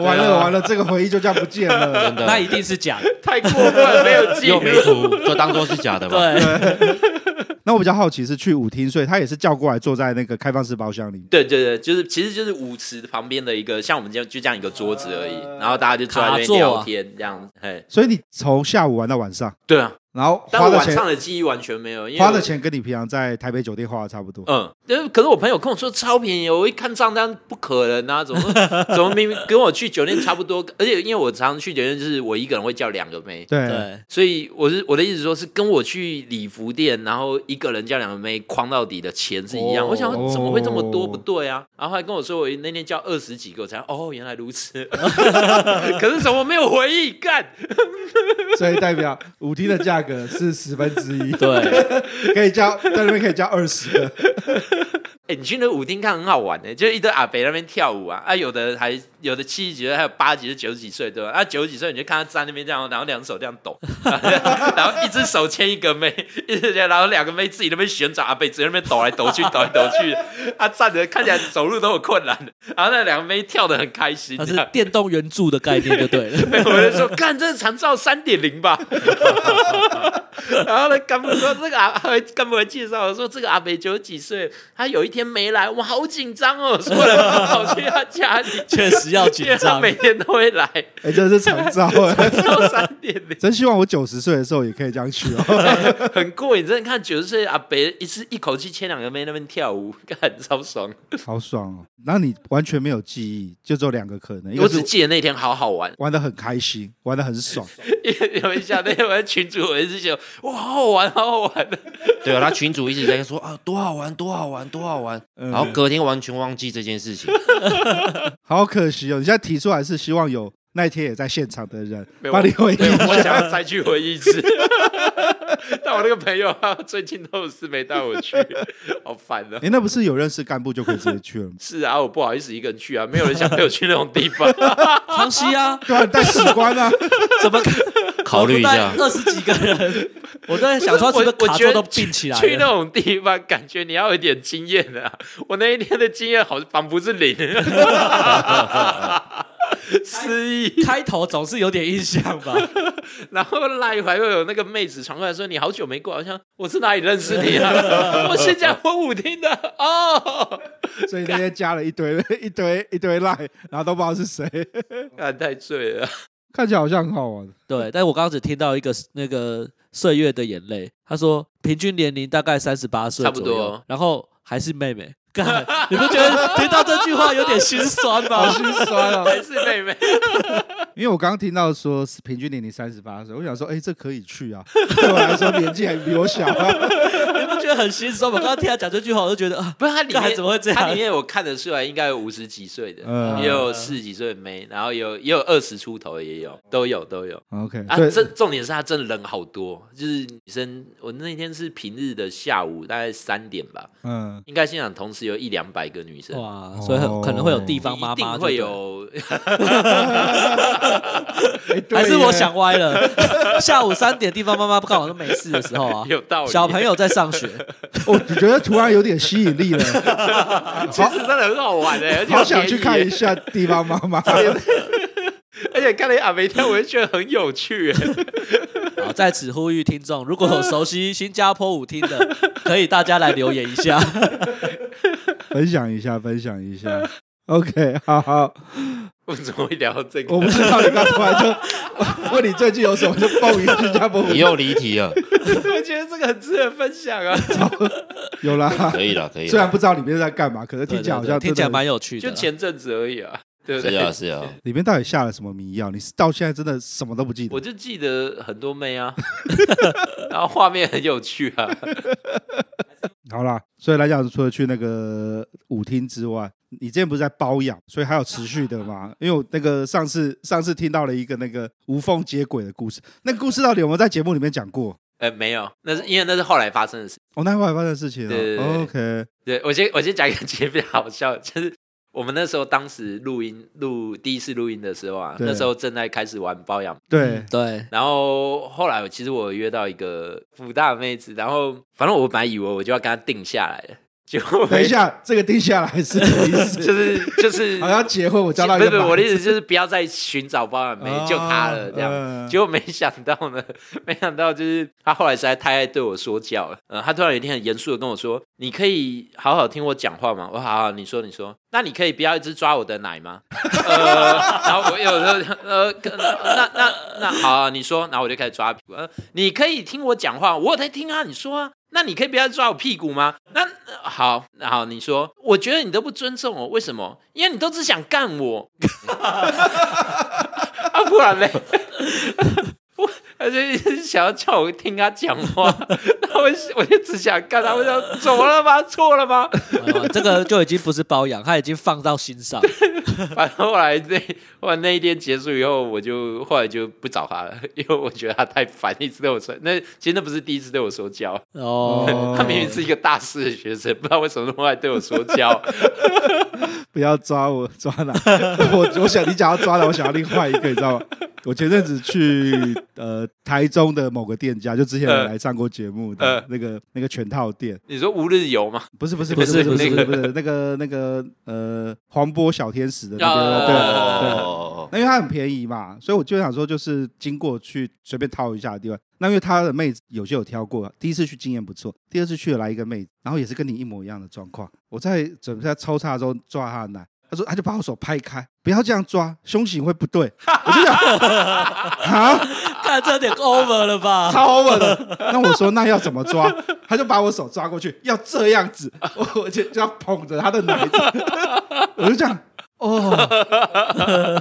完了完了，这个回忆就这样不见 了真。那一的定是假 的。太过分了，没有记忆，又没图，就当做是假的吧。对，那我比较好奇是去舞厅，所以他也是叫过来坐在那个开放式包厢里。对对对，就是其实就是舞池旁边的一个，像我们这样就这样一个桌子而已，呃然后大家就坐在那卡边座啊聊天这样，哎，所以你从下午玩到晚上，对啊，然后但花我的晚钱上的记忆完全没有，因为花的我。钱跟你平常在台北酒店花的差不多。嗯，但是可是我朋友跟我说超便宜，我一看账单不可能啊， 怎么怎么明明跟我去酒店差不多，而且因为我常常去酒店，就是我一个人会叫两个妹，对，对，所以我是我的意思说是跟我去礼服店，然后一个人叫两个妹框到底的钱是一样。哦我想说怎么会这么多？哦不对啊！然后后来跟我说我那天叫二十几个，我才哦原来如此。 可是怎么没有回忆？干，所以代表舞厅的价格是十分之一， 对，可以叫在那边可以叫二十个。哎、你去那舞厅看很好玩的、就一堆阿北那边跳舞啊，啊有的还有的七十几岁，还有八几岁、九十几岁对吧？啊九十几岁你就看他站那边这样，然后两手这样抖， 然后一只手牵一个妹，一只然后两个妹自己那边旋转，阿北直接那边抖来抖去、抖来抖去，他、站着看起来走路都有困难，然后那两个妹跳的很开心，它这是样。电动圆柱的概念就对了。被 我就说，干，这是长照三点零吧？ 然后呢，干部说这个阿还干部还介绍我说这个阿北九十几岁，他有一天没来，我好紧张哦，所以我跑去他家里， 确实要紧 因为他张每天都会来，哎，真的是长招哎！到三点 零。真希望我九十岁的时候也可以这样去 哦。很过瘾，真的看九十岁阿北一次一口气牵两个妹那边跳舞，干超爽。好爽哦！然后你完全没有记忆，就只有两个可能，一我个只是记得那天好好玩，玩的很开心，玩的很爽，因为 有一下那天我在群主我一直想，哇，好好玩，好好玩。对啊，他群主一直在说啊，多好玩，多好玩，多好玩。嗯然后隔天完全忘记这件事情。好可惜哦！你现在提出来是希望有那一天也在现场的人没有帮你回忆对一 我下。想要再去回忆一次。 但我那个朋友他最近都是没带我去，好烦 啊！？哎，那不是有认识干部就可以直接去了吗是啊，我不好意思一个人去啊，没有人想陪我去那种地方。康熙 啊，对啊，你带史官啊， 怎么考虑一 下二十几个人？我都在想说，我这个我卡觉座得都并 起来去那了。种地方，感觉你要有一点经验啊。我那一天的经验好仿佛 是零，失忆。开头总是有点印象吧？然后赖怀又有那个妹子传过来说：“你好久没过，好像我是哪里认识你啊？ 我新加坡舞厅的哦。所以那天加了一堆一堆一堆赖，然后都不知道是谁，” 看太醉了， 看起来好像很好玩。 对，但我刚刚只听到一个那个岁月的眼泪，他说平均年龄大概三十八岁差不左右多，然后还是妹妹。干，你不觉得听到这句话有点心酸 吗？酸啊！还是妹妹。因为我刚刚听到说是平均年龄三十八岁，我想说，哎，这可以去啊。 对我来说，年纪还比我小 啊。你不觉得很心酸吗？刚刚听他讲这句话，我就觉得啊，不是它里干面怎么会这样它里面我看得出来，应该有五十几岁的，嗯也有四十几岁的妹，然后有也有二十出头的，也嗯有都有都有。 OK，啊，对，这重点是他真的人好多，就是女生。我那天是平日的下午，大概三点吧，嗯，应该现场同时有一两百个女生，哇，所以很可能会有地方妈哦一定妈，会，有。 哎对还是耶我想歪了？下午三点地方妈妈刚好都没事的时候啊，有道理小朋友在上 学， 我觉得突然有点吸引力 了，其实真的很好玩的、而且好想去看一下。下地方妈妈。而且看了阿梅跳，我就觉得很有趣、好，在此呼吁听众，如果有熟悉新加坡舞厅的， 可以大家来留言一下。 分享一下，分享一下。OK，好好， 我们怎么会聊到这个我？不知道你刚突然 就问你最近有什么，就蹦一新加坡舞你又离题了，我觉得这个很值得分享啊，有啦。可以了，可以虽了，然不知道里面在干嘛，可是听对对起来好对像听起真来的蛮有趣的就啦，前阵子而已啊，对不是对？啊，是啊，里面到底下了什么迷药？你是到现在真的什么都不记得我？就记得很多妹啊， 然后画面很有趣啊，好啦，所以来讲，除了去那个舞厅之外，你之前不是在包养，所以还有持续的嘛？ 因为我那个上次上次听到了一个那个无缝接轨的故事，那个故事到底有没有在节目里面讲过？呃，没有，那是因为那是后来发生的事。哦，那会发生的事情、哦。对对嗯对 OK，对我先我先讲一个其实比较好笑的，就是我们那时候当时录音录第一次录音的时候啊，对那时候正在开始玩包养，对，对，然后后来我其实我有约到一个福大妹子，然后反正我本来以为我就要跟她定下来了，结果等一下，这个定下来是什么意思？ 就是就是好像结婚，我交到一不个哦是不是白我的意思就是不要再寻找包养妹，就她了这样。嗯结果没想到呢， 没想到就是她后来实在太爱对我说教了。嗯，她突然有一天很严肃的跟我说：“你可以好好听我讲话吗？”我说好好，你说你说，那你可以不要一直抓我的奶吗？呃， 然后我有时候呃，跟那那那好、啊，你说，然后我就开始抓屁股。呃你可以听我讲话，我有在听啊，你说啊。那你可以不要抓我屁股吗？那呃好，那好，你说，我觉得你都不尊重我，为什么？因为你都只想干我， 啊，不然嘞，我他就一直想要叫我听他讲话， 然后我我就只想干他，我想怎么了吗？错了吗？ 呃这个就已经不是包养，他已经放到心上。反正后来那后来那一天结束以后，我就后来就不找他了， 因为我觉得他太烦，一直对我说。那其实那不是第一次对我说教，哦，他明明是一个大四的学生，不知道为什么那么爱对我说教。不要抓我抓哪？ 我我想你讲要抓哪，我想要另外一个，你知道吗？ 我前阵子去呃台中的某个店家，就之前有来上过节目的、呃那个那个全套店，你说无日游吗？不是不是不不是是不是那不个是不是那个那个呃黄波小天使的那边，哦对对。哦，那因为它很便宜嘛，所以我就想说，就是经过去随便掏一下的地方。那因为他的妹子有些有挑过，第一次去经验不错，第二次去了来一个妹子，然后也是跟你一模一样的状况。我在准备在抽插的时候抓她的奶，她说她就把我手拍开，不要这样抓，胸型会不对。我就想啊，看这有点 over 了吧？超 over 的。那我说那要怎么抓？ 她就把我手抓过去，要这样子， 我我就就要捧着她的奶子， 我就这样。哦，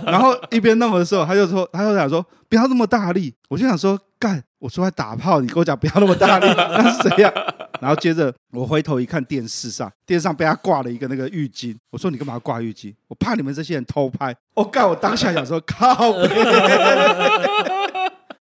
然后一边弄的时候，他就说，他就想说不要那么大力，我就想说干，我说在打炮，你跟我讲不要那么大力， 那是谁呀、然后接着我回头一看，电视上电视上被他挂了一个那个浴巾，我说你干嘛挂浴巾？我怕哦 你们这些人偷拍。我、干，我当下想说靠北，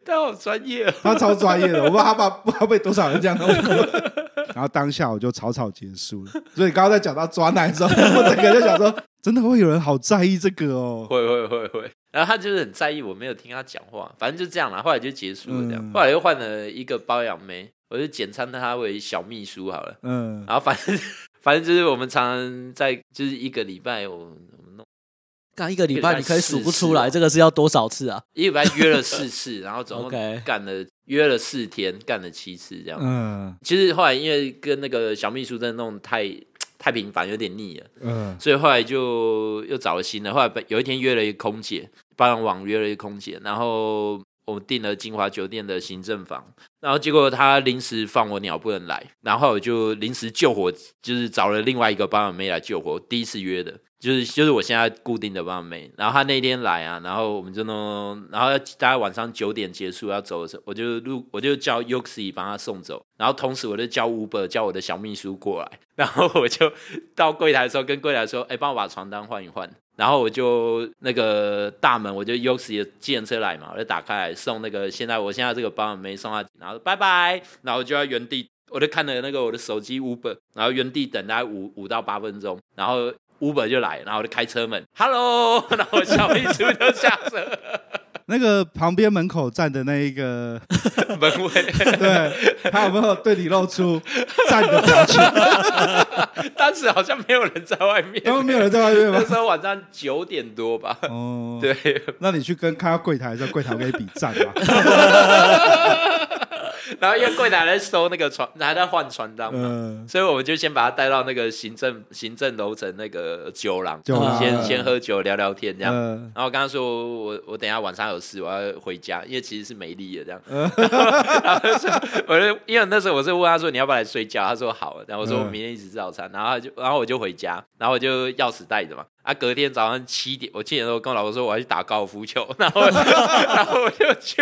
他好专业哦，他超专业的，我不知道他把 不知道被多少人这样弄 过。然后当下我就草草结束了。所以刚刚在讲到抓奶的时候，我整个就想说，真的会有人好在意这个哦。会会会会。然后他就是很在意我没有听他讲话，反正就这样啦。后来就结束了这样，嗯后来又换了一个包养妹，我就简称她为小秘书好了。嗯，然后反正反正就是我们常常在就是一个礼拜我们我们弄干一个礼拜你可以数不啊出一个礼拜四来次这个是要多少次啊？一个礼拜约了四次，然后总 OK 共干了约了四天，干了七次这样。嗯其实后来因为跟那个小秘书真的弄得太太频繁，有点腻了，嗯，所以后来就又找了新的。后来有一天约了一个空姐，帮人网约了一个空姐，然后我们订了金华酒店的行政房，然后结果他临时放我鸟不能来，然后我就临时救火，就是找了另外一个帮养妹来救火。第一次约的，就是就是我现在固定的帮养妹。然后他那天来啊，然后我们就弄，然后大概晚上九点结束要走的时候，我就路我就叫 Yuxi 帮他送走， 然后同时我就叫 Uber 叫我的小秘书过来，然后我就到柜台的时候跟柜台说，哎、帮我把床单换一换。然后我就那个大门，我就 U C 的计程车来嘛，我就打开来送那个现在我现在这个帮没送他，然后拜拜，然后我就在原地，我就看了那个我的手机 Uber，然后原地等大概五五到八分钟，然后 Uber 就来，然后我就开车门，Hello，然 后小秘书就下车了那个旁边门口站的那一个，门卫，对他有没有对你露出赞的表情？ 当时好像没有人在外面，然后哦没有人在外 面那吗？时候晚上九点多吧，哦，对，那你去跟看到柜台的时候，柜台给你比赞啊嘛？然后因为柜台在收那个床，还在换床单嘛，嗯，所以我们就先把他带到那个行政行政楼层那个酒廊，酒廊先嗯先喝酒聊聊天这样。嗯然后我跟他说我我等一下晚上有事，我要回家，因为其实是没力的这样。嗯然后他说我就因为那时候我是问他说你要不要来睡觉，他说好，然后我说我嗯明天一直吃早餐，然后他就然后我就回家，然后我就钥匙带着嘛。啊，隔天早上七点，我七点多跟我老婆说我要去打高尔夫球，然后 然后我就去，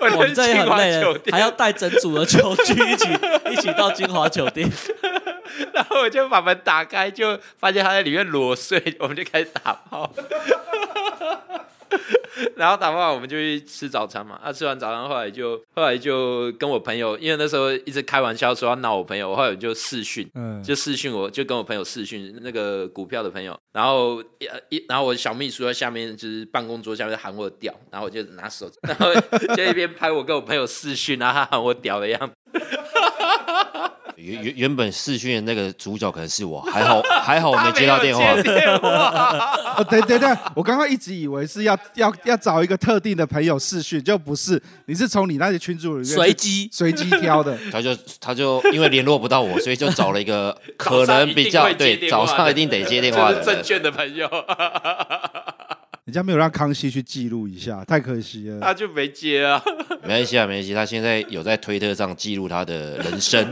我我就们去这也金很华累酒了，店还，要带整组的球具一起一起到金华酒店。然后我就把门打开，就发现他在里面裸睡， 我们就开始打炮。 然后打完我们就去吃早餐嘛，啊，吃完早餐后来就后来就跟我朋友，因为那时候一直开玩笑说要闹我朋友，我后来我就视讯，嗯就视讯我就跟我朋友视讯那个股票的朋友，然后呃一然后我小秘书在下面就是办公桌下面喊我屌，然后我就拿手， 然后就一边拍我跟我朋友视讯，然后他喊我屌的样子。原原原本试训的那个主角可能是我，还好还哦好我没接到电话他没。有接电话 哦，等等等，我刚刚一直以为是要要要找一个特定的朋友试训，就不是，你是从你那些群主里面随去机随机挑 的。他就他就因为联络不到我，所以就找了一个早可上一定会能比较接对电话早的上一定得接电话这 的是证人。券的朋友，人家没有让康熙去记录一下，太可惜了。他就没接啊。没关系啊，没关系。他现在有在推特上记录他的人生，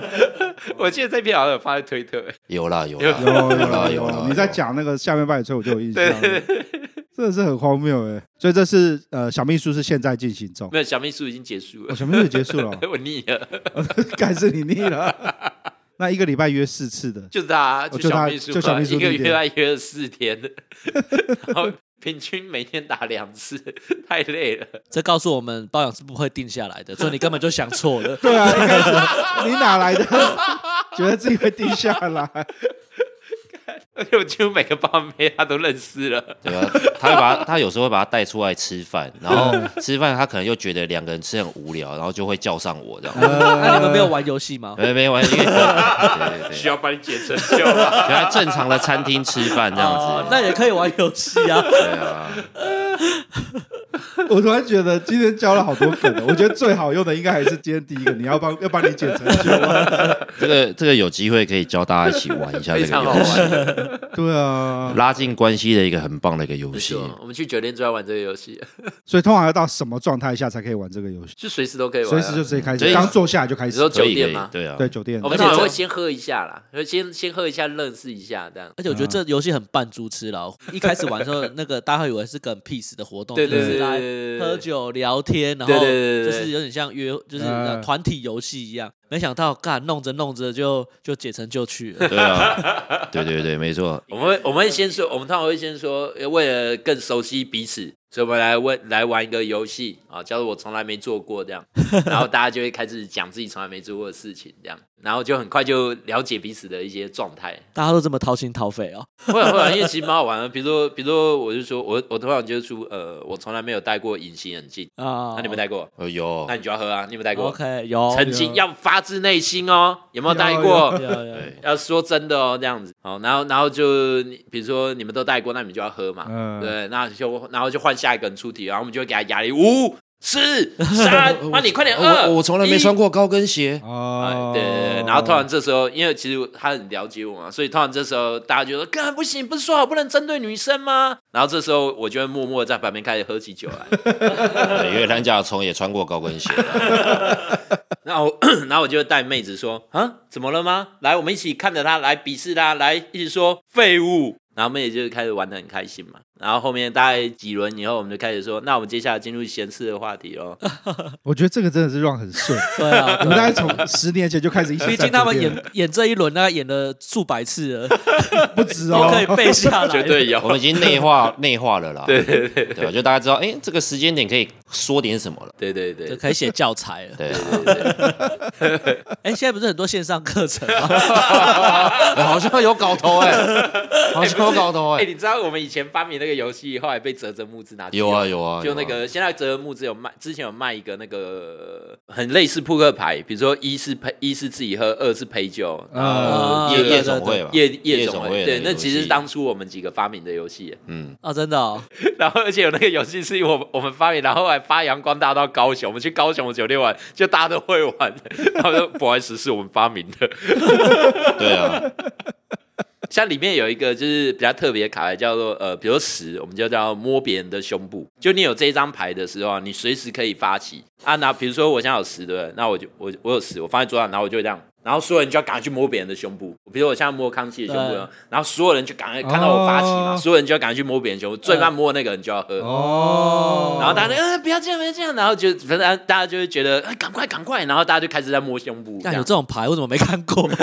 我记得这篇好像有发在推特，有啦有啦 有有啦有啦有，。你在讲那个下面半野吹，我就有印象了。 真的是很荒谬哎、所以这是呃，小秘书是现在进行中。没有小秘书已经结束我、了，小秘书也结束了、我腻了， 感谢你腻了。那一个礼拜约四次的，就是他，就小他秘书嘛，就小秘书一个那月天他约了四天，然后平均每天打两次，太累了。这告诉我们包养是不会定下来 的，所以你根本就想错了。对啊，一开始你哪 来的？觉得自己会定下来？而且我几乎每个帮妹他都认识了，对啊，他会把他他有时候会把他带出来吃饭，然后吃饭他可能又觉得两个人吃很无聊，然后就会叫上我这样。啊那你们没有玩游戏吗？没没关系，对对啊对，需要帮你解成就啊。原来正常的餐厅吃饭这样哦子，，那也可以玩游戏 啊。对啊， 我突然觉得今天教了好多梗哦，我觉得最好用的应该还是今天第一个，你要帮要帮你解成就。这个这个有机会可以教大家一起玩一下非这个常好游戏，玩， 对啊，拉近关系的一个很棒的一个游不戏是。吗嗯我们去酒店就要玩这个游戏，所以通常要到什么状态下才可以玩这个游戏？就随时都可以玩随啊，时就直接开所始，以刚坐下来就开你始说。可酒以可店以吗，？对啊，对，酒店我而们且可能这会先喝一下啦，就先先喝一下，认识一下这样。而且我觉得这游戏很扮猪吃老虎。一开始玩的时候，那个大家会以为是个很 peace 的活动，对对就是对来对对，喝酒聊天，然后对对对对就对啊是有点像约，就是嗯团体游戏一样。没想到干弄着弄着就就解成就去了。 对啊，对对对，没错，我们会我们会先说，我们通常会先说，呃为了更熟悉彼此，所以我们来问来玩一个游戏啊，叫做我从来没做 过这样，然后大家就会开始讲自己从来没做过的事情这样，然后就很快就了解彼此的一些状态。大家都这么掏心掏肺哦，会啊会啊，因为其实蛮好玩的， 比如说比如说，我就说我我通常就是出呃，我从来没有戴过隐形眼镜，啊那、你们戴过？哦有那，你就要喝啊，你有没有戴过？ OK 有曾经要发自内心哦，有没有戴过？哦有有有对要说真的哦，这样子哦，然后然后就你比如说你们都带过，那你们就要喝嘛，嗯对，那就然后就换下一个人出题，然后我们就会给他压力，五四三，那你快点二，我我从来没一穿。过高跟鞋，哦哎，对对对，然后突然这时候，因为其实他很了解我嘛，所以突然这时候大家就说：“干不行，不是说好不能针对女生吗？” 然后这时候我就会默默地在旁边开始喝起酒来， 对因为蓝甲虫也穿过高跟鞋，然后我然后我就带妹子说啊，怎么了吗？来，我们一起看着她，来鄙视她，来一起说废物。然后妹子就开始玩的很开心嘛。然后后面大概几轮以后，我们就开始说，那我们接下来进入闲事的话题 喽。我觉得这个真的是 run 很 顺，对啊，我们大概从十年前就开始一起，毕竟他们演演这一轮，大概演了数百次了，不止都哦，可以背下来。绝对有我，们已经内化内化了啦，对对对对吧？就大家知道，哎，这个时间点可以说点什么了，对对对就对可以写教材了。对， 哎，现在不是很多线上课程吗？哎好像有搞头哎，好像有搞头哎、哎，你知道我们以前发明那个游戏，后来被泽泽木之拿去有啊用有啊，就那有啊个，现在折木只有卖，之前有卖一个那个很类似扑克牌，比如说一是陪，一是自己喝，二是陪酒，啊夜夜对对总会对吧，夜夜总总会，会，对，那其实是当初我们几个发明的游戏，嗯，啊，真的哦，然后而且有那个游戏是我我们发明，然后还发扬光大到高雄，我们去高雄的酒店玩，就大家都会玩，然后说不好意思，是我们发明的。对啊， 像里面有一个就是比较特别的卡牌，叫做呃，比如十，我们就叫摸别人的胸部。就你有这一张牌的时候啊，你随时可以发起啊。那比如说我现在有十，对不对？那我就我我有十，我放在桌上，然后我就这样，然后所有人就要赶快去摸别人的胸部。比如我现在摸康熙的胸部对，然后所有人就赶快看到我发起嘛，哦所有人就要赶快去摸别人胸部，最慢摸的那个人就要喝。哦，然后大家就呃不要这样不要这样，然后就反正大家就会觉得、哎赶快赶快，然后大家就开始在摸胸部，这干有样这种牌，我怎么没看过？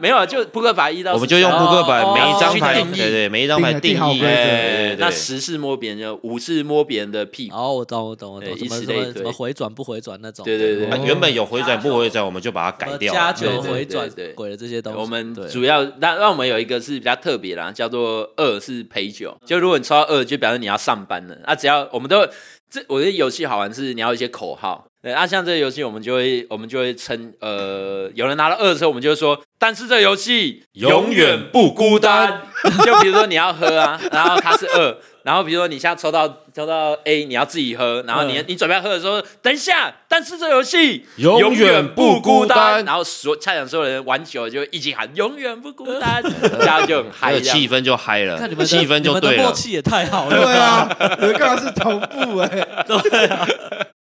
没有啊，就扑克牌一到我们就用10扑克牌哦，每一张牌，去定义对对，每一张牌定定好义，规则哎对对那对，十是摸别人的，五是摸别人的屁股，哦，我懂，我懂，我对懂，什么以此什类么推什么回转不回转那种，对对对啊原本有回转不回转，我们就把它什改么掉了，加对九对回转对对鬼的这些东西，我们对主要那那我们有一个是比较特别啦，叫做二是陪酒。就如果你抽到二，就表示你要上班了。啊，只要我们都这，我觉得游戏好玩是你要有一些口号。对，啊，像这个游戏，我们就会我们就会称呃，有人拿了二的时候，我们就会说，但是这个游戏永远不孤单。 就比如说你要喝啊，然后它是二，然后比如说你现在抽到抽到 A，你要自己喝，然后你、你准备要喝的时候，等一下，但是这游戏永远不孤单然后所差点所有人玩久了就会一起喊“永远不孤 单”，大家就很还嗨有这样。气氛就嗨看你了，们的气氛就你们对的默了。契也太好了，对， 啊，你们刚好是同步哎，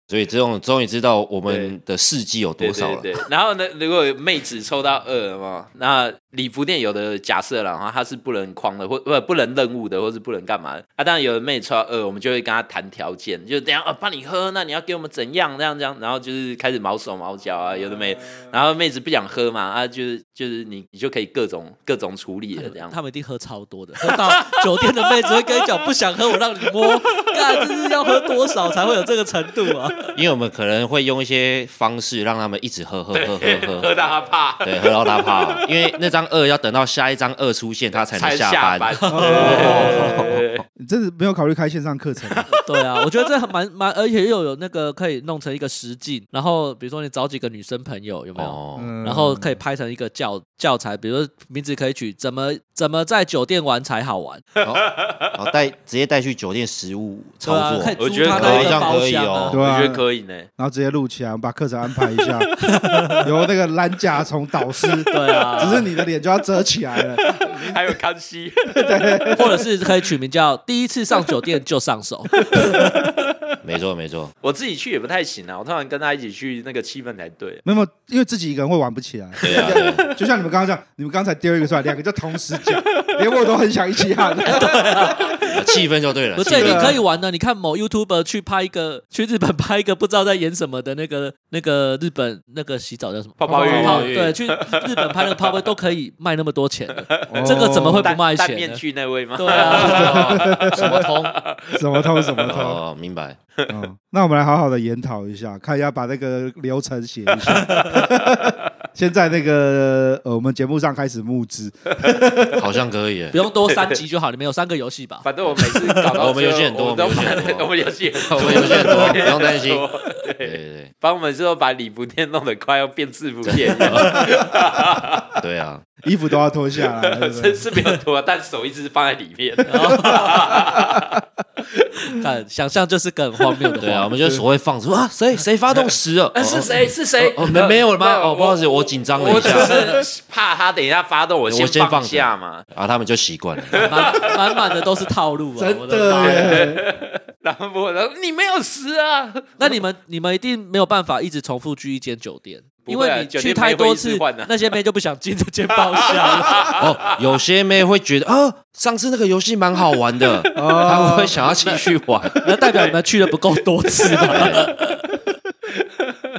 所以这种终于知道我们的事迹有对多少了。对对对然后呢，如果有妹子抽到二了嘛，那礼服店有的假设了，然后它是不能框的，或不不能任务的，或是不能干嘛的。啊，当然有的妹子抽到二，我们就会跟她谈条件，就等一下啊帮你喝，那你要给我们怎样这样这样，然后就是开始毛手毛脚啊，有的妹，嗯然后妹子不想喝嘛，啊，就是就是你你就可以各种各种处理了 这样。他们一定喝超多的，喝到酒店的妹子会跟你讲不想喝，我让你摸，干这是要喝多少才会有这个程度啊？因为我们可能会用一些方式让他们一直喝喝喝喝喝喝，到他怕。对，喝到他怕。因为那张二要等到下一张二出现，他才才能下下班哦班。， 你真的没有考虑开线上课程啊，对啊，我觉得这蛮蛮，而且又有那个可以弄成一个实境，然后比如说你找几个女生朋友有没有？哦，嗯 然后可以拍成一个教教材，比如说名字可以取怎么怎么在酒店玩才好玩，然后哦带直接带去酒店食物对操啊，作可以，我租觉得他可的以一这个样包可以厢哦啊。对我啊觉得可以呢。然后直接录起来，我们把课程安排一下，由那个蓝甲虫导师，对啊，只是你的脸就要遮起来了， 还有康熙， 或者是可以取名叫“第一次上酒店就上 手没错没错， 我自己去也不太行啊。我通常跟他一起去，那个气氛才 对。没有，因为自己一个人会玩不起来。对啊，对啊就像你们刚刚这样，你们刚才丢一个出来，两个就同时讲，连我都很想一起喊。有气氛就对了。不，气这一定氛可以玩的。你看某 YouTuber 去拍一个，去日本拍一个不知道在演什么的那个那个日本那个洗澡叫什么？泡泡浴泡泡浴对，去日本拍那个泡泡都可以卖那么多钱的，哦这个怎么会不卖戴钱面呢？具那 位吗？对啊，什么通？什么通什么通。哦，明白。嗯，那我们来好好的研讨一下，看一下把那个流程写一下。 先在那个呃，我们节目上开始募资，好像可以耶不。用多三集就好，你们有三个游戏吧？反正我每次搞到 我们游戏很多我都我们游戏把很多 我们游戏很多， 我们游戏很多，不用担心。 对对，对啊对帮我们之后把礼服店弄得快要变制服店一样， 对啊！衣服都要脱下来了，对不对 是是没有脱，但手一直放在里 面。哦看，想象就是个很荒谬的对啊，我话。们就所谓放出啊，谁谁发动十了？呃是谁？是谁？哦，没没有了吗？没有哦，不好意思，我紧张了我一只下，是怕他等一下发动，我我先放放着下嘛。然后啊他们就习惯了。 满 满满的都是套路啊！我真的妈的 呀耶， 然后我说你没有死啊，那你们你们一定没有办法一直重复去一间酒店，不因会啊为你酒去店太没会多一直次换啊，那些妹就不想进这间包厢了。 哦，有些妹会觉得啊，上次那个游戏蛮好玩的，他们会想要继续玩。那代表你们去的不够多次吧？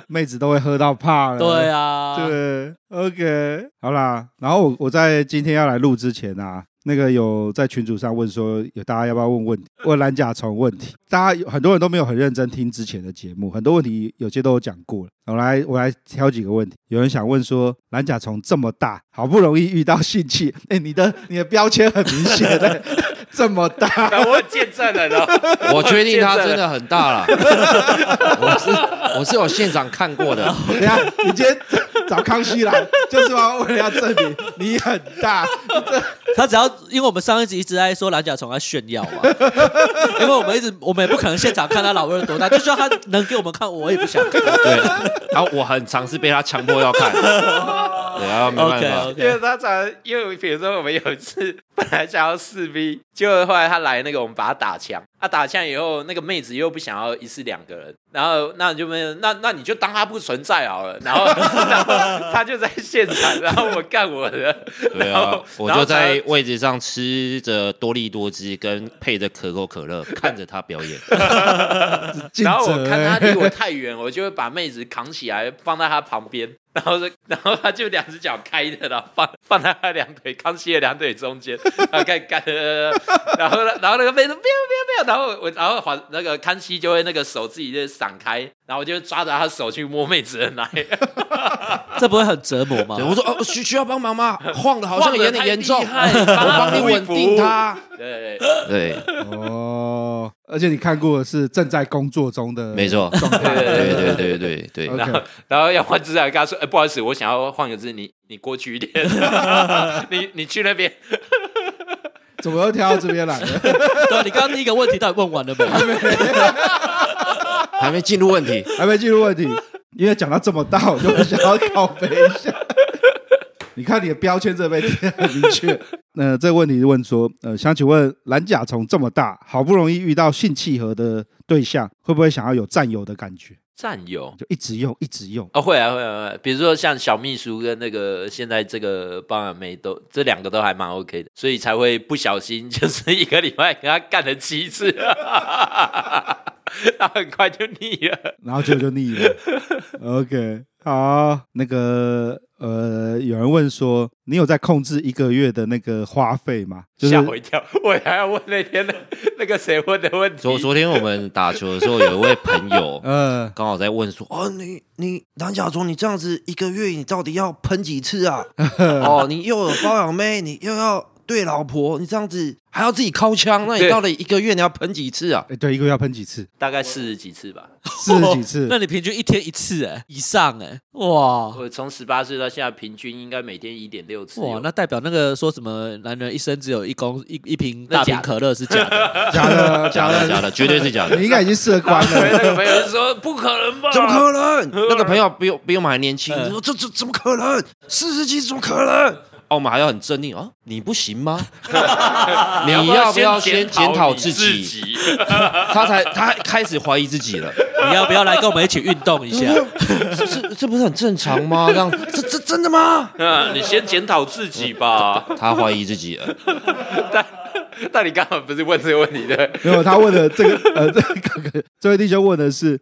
妹子都会喝到怕了。对啊，对，OK，好啦。然后我我在今天要来录之前啊，那个有在群组上问说，有大家要不要问 问题，问蓝甲虫问题。大家有很多人都没有很认真听之前的节目，很多问题有些都有讲过了。我来我来挑几个问题。有人想问说，蓝甲虫这么大，好不容易遇到性器，哎，你的你的标签很明显的、 这么大，然后我见证了，然后我确定它真的很大了， 我是我是有现场看过的，等一下你今天找康熙来，就是要为了要证明你很 大。他只要因为我们上一集一直在说蓝甲虫在炫耀嘛， 因为我们一直我们也不可能现场看他老二多大，就算他能给我们看，我也不想看。对，然后我很常是被他强迫要 看，对，然后没办 OK 法，因为 OK，他常因为比如说我们有一次本来想要四 B，结果后来他来那个我们把他打枪，他、打枪以后那个妹子又不想要一次两个人，然后那就没有那那你就当他不存在好了，然后然后他就在现场，然后我干我 的，对然啊后，我然后就常在位置上吃着多利多汁跟配着可口可乐，看着 他表演，然后我尽责看他欸离我太远，我就会把妹子扛起来放在他旁边，然后是 然后他就两只脚开着，然后放放在他两腿康熙的两腿中间， 然后干干，呃然后呢然后那个妹子不要不要不要，然后我然后还那个康熙就会那个手自己就散开，然后我就抓着他手去摸妹子的奶， 这不会很折磨吗对，？我说哦需需要帮忙吗？晃 的好像有有点严 重，我我帮你稳定。他，对，对，哦，而且你看过的是正在工作中的，没。错，对对对对对对对对， OK，然后，然后要换姿势，跟他说：“哎、不好意思，我想要换个姿势，你你过去一点， 你你去那边。” 怎么又跳到这边来了？对啊，你刚刚第一个问题到底问完了没？还没进入问题。还没进入问题，因为讲到这么大，我就想要拷贝一下。 你看你的标签这被贴得很明确。那、这个问题是问说，呃，想请问蓝甲虫这么大，好不容易遇到性契合的对象，会不会想要有占有的感觉？战友就一直用，一直用。啊、会啊，会啊，会啊。比如说像小秘书跟那个现在这个帮阿妹都，这两个都还蛮 OK 的，所以才会不小心 就是一个礼拜跟他干了七次， 他很快就腻了。然后结果就腻了。OK，好，那个呃，有人问说，你有在控制一个月的那个花费吗？就是吓我一跳，我还要问那天的那个谁问的问题，昨昨天我们打球的时候，有一位朋友呃，刚好在问说：“哦，你你蓝甲虫，你这样子一个月你到底要喷几次 啊？哦，你又有包养妹，你又要对老婆，你这样子还要自己掏枪，那你对到底一个月你要喷几次啊哎、对，一个月要喷几次？大概四十几次吧。四十几次哦那。你平均一天一次哎、以上哎、哇我从十八岁到现在，平均应该每天一点六次有。哇，那代表那个说什么男人一生只有一公一一瓶那大瓶假的可乐是假的， 假 的，？”假的，假的，绝对是假的你。应该已经设然关后了。那个朋友就说：“不可能吧？” 怎么可能？ 那个朋友比我比我们还年轻，你说这这怎么可能？四十几怎么可能？哦，我们还要很镇定啊！你不行 吗？你要不要先检讨自己？ 己？他才他开始怀疑自己了。你要不要来跟我们一起运动 一下？这这这不是很正常 吗？这样这这真的吗？啊嗯，你先检讨自己吧。呃他怀疑自己了，但 你刚好不是问这个问题的，没有，他问的这个呃，这个这位弟兄问的是，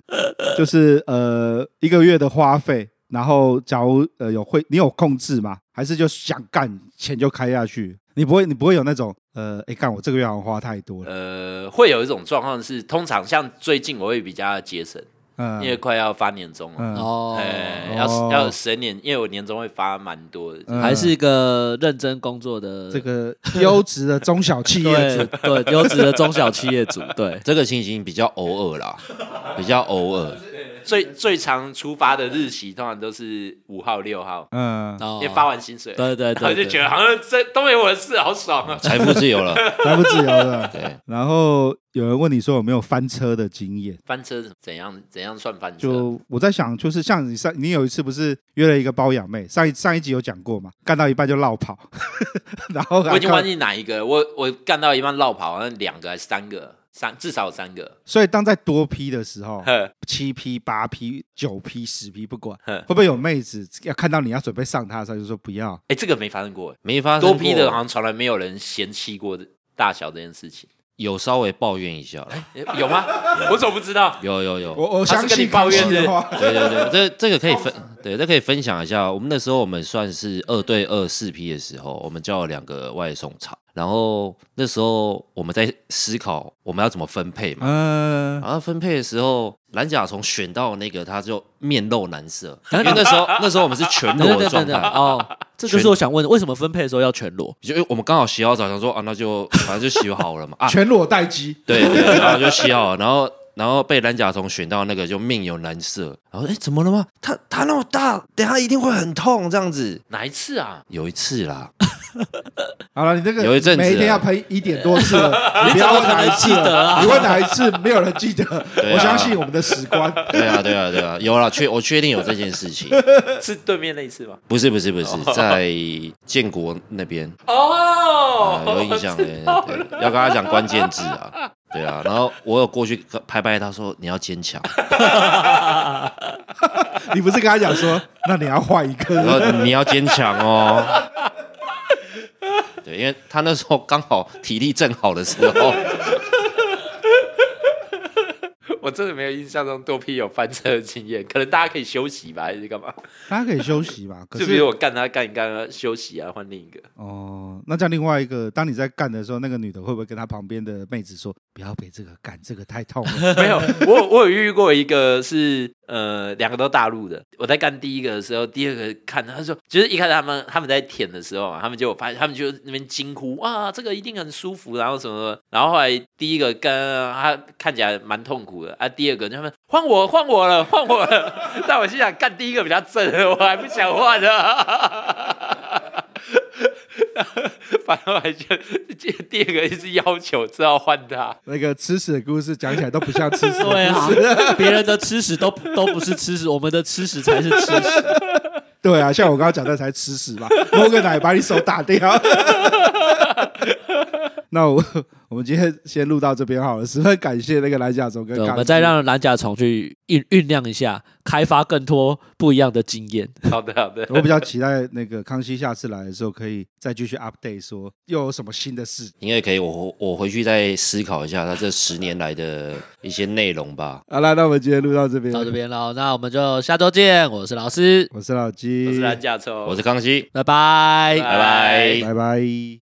就是呃一个月的花费，然后假如呃有会你有控制吗？还是就想干钱就开下去？你不会你不会有那种呃，哎干我这个月好像花太多了，呃，会有一种状况是，通常像最近我会比较节省，嗯因为快要发年终了，嗯哦，哎，哦要要十年，因为我年终会发蛮多的，嗯还是一个认真工作的这个优质的中小企 业对主，对优质的中小企业主，对，这个情形比较偶尔啦，比较偶尔。最最常出发的日期通常都是五号、六号，嗯，哦因为发完薪水，对对然后对，就对觉得好像这都没我的事，好爽啊！财富自由了， 财富自由 了。对，然后有人问你说有没有翻车的经验？翻车嗯怎样怎样算啊翻车？就我在想，就是像你上，你有一次不是约了一个包养妹，上一上一集有讲过嘛，干到一半就落跑， 然后我已经还忘看记哪一个，我我干到一半绕跑，好像两个还是三个，三至少有三个。所以当在多批的时 哦候，呵七批、八批、九批、十批，不管哼会不会有妹子要看到你要准备上她的时候，就说不要。哎、这个没发生过，没发生多过批的好像从来没有人嫌弃过大小这件事情，有稍微抱怨一下了，诶有 吗？我怎么不知道？有有有，我我他相是跟你信抱怨康熙是的话，对对对，这这个可以分，对，这可以分享一下。我们那时候我们算是二对二四批的时候，我们叫了两个外送厂，然后那时候我们在思考我们要怎么分配嘛。嗯，然后分配的时候，蓝甲虫选到那个，他就面露难色，因为那时候那时候我们是全对裸的对对状对态，哦，这就是我想问的，为什么分配的时候要全裸？就因为我们刚好洗好澡，想说啊，那就反正就洗好了嘛啊，全裸待机，对对，然后就洗好，然后然后被蓝甲虫选到那个就面有难色，然后哎怎么了吗？他他那么大，等一下一定会很痛这样子。哪一次啊？有一次啦，好了，你这个有一阵子每一天要喷一点多次了，你不要问哪一次你怎么可能记得啊你问哪一次没有人记得，对啊我相信我们的史官。对啊对啊对啊，有啦，确我确定有这件事情， 是对面那一次吗？不是不是不是，哦在建国那边哦啊、有印象对对对，要跟他讲关键字啊，对啊，然后我有过去拍拍他说你要坚强，你不是跟他讲说，那你要换一然个？后你要坚强哦。对，因为他那时候刚好体力正好的时候，我真的没有印象中多批有翻车的经验，可能大家可以休息吧，还是干嘛？大家可以休息吧。可就比如是我干他干一干他休息啊，换另一个。哦，那这样另外一个，当你在干的时候，那个女的会不会跟她旁边的妹子说，不要被这个干，这个太痛了？ 没有，我我有遇过一个是呃，两个都大陆的。我在干第一个的时候，第二个看他说，就是一开始他们他们在舔的时候啊嘛，他们就有发现，他们就那边惊呼哇，这个一定很舒服，然后什么什么。然后后来第一个跟他看起来蛮痛苦的啊，第二个他们换我换我了换我了， 但我心想干第一个比较正，我还不想换呢。 反正我还觉得第二个一直要求，知道换他。那个吃屎的故事讲起来都不像吃屎的故事。对啊， 别人的吃屎都都不是吃屎，我们的吃屎才是吃屎。对啊，像我刚刚讲的才吃屎吧，摸个奶把你手打掉。 那我我们今天先录到这边好了，十分感谢那个蓝甲总跟 对，我刚们再让蓝甲虫去酝酝酿一下，开发更多不一样的经验。好的，好的。我比较期待那个康熙下次来的时候可以再继续 update 说又有什么新的事应该可以，我我回去再思考一下他这十年来的一些内容吧。好啦，那我们今天录到这边，到这，边了，那我们就下周见。我是老师，我是老鸡，我是蓝架抽，我是康熙，拜拜。拜拜拜拜。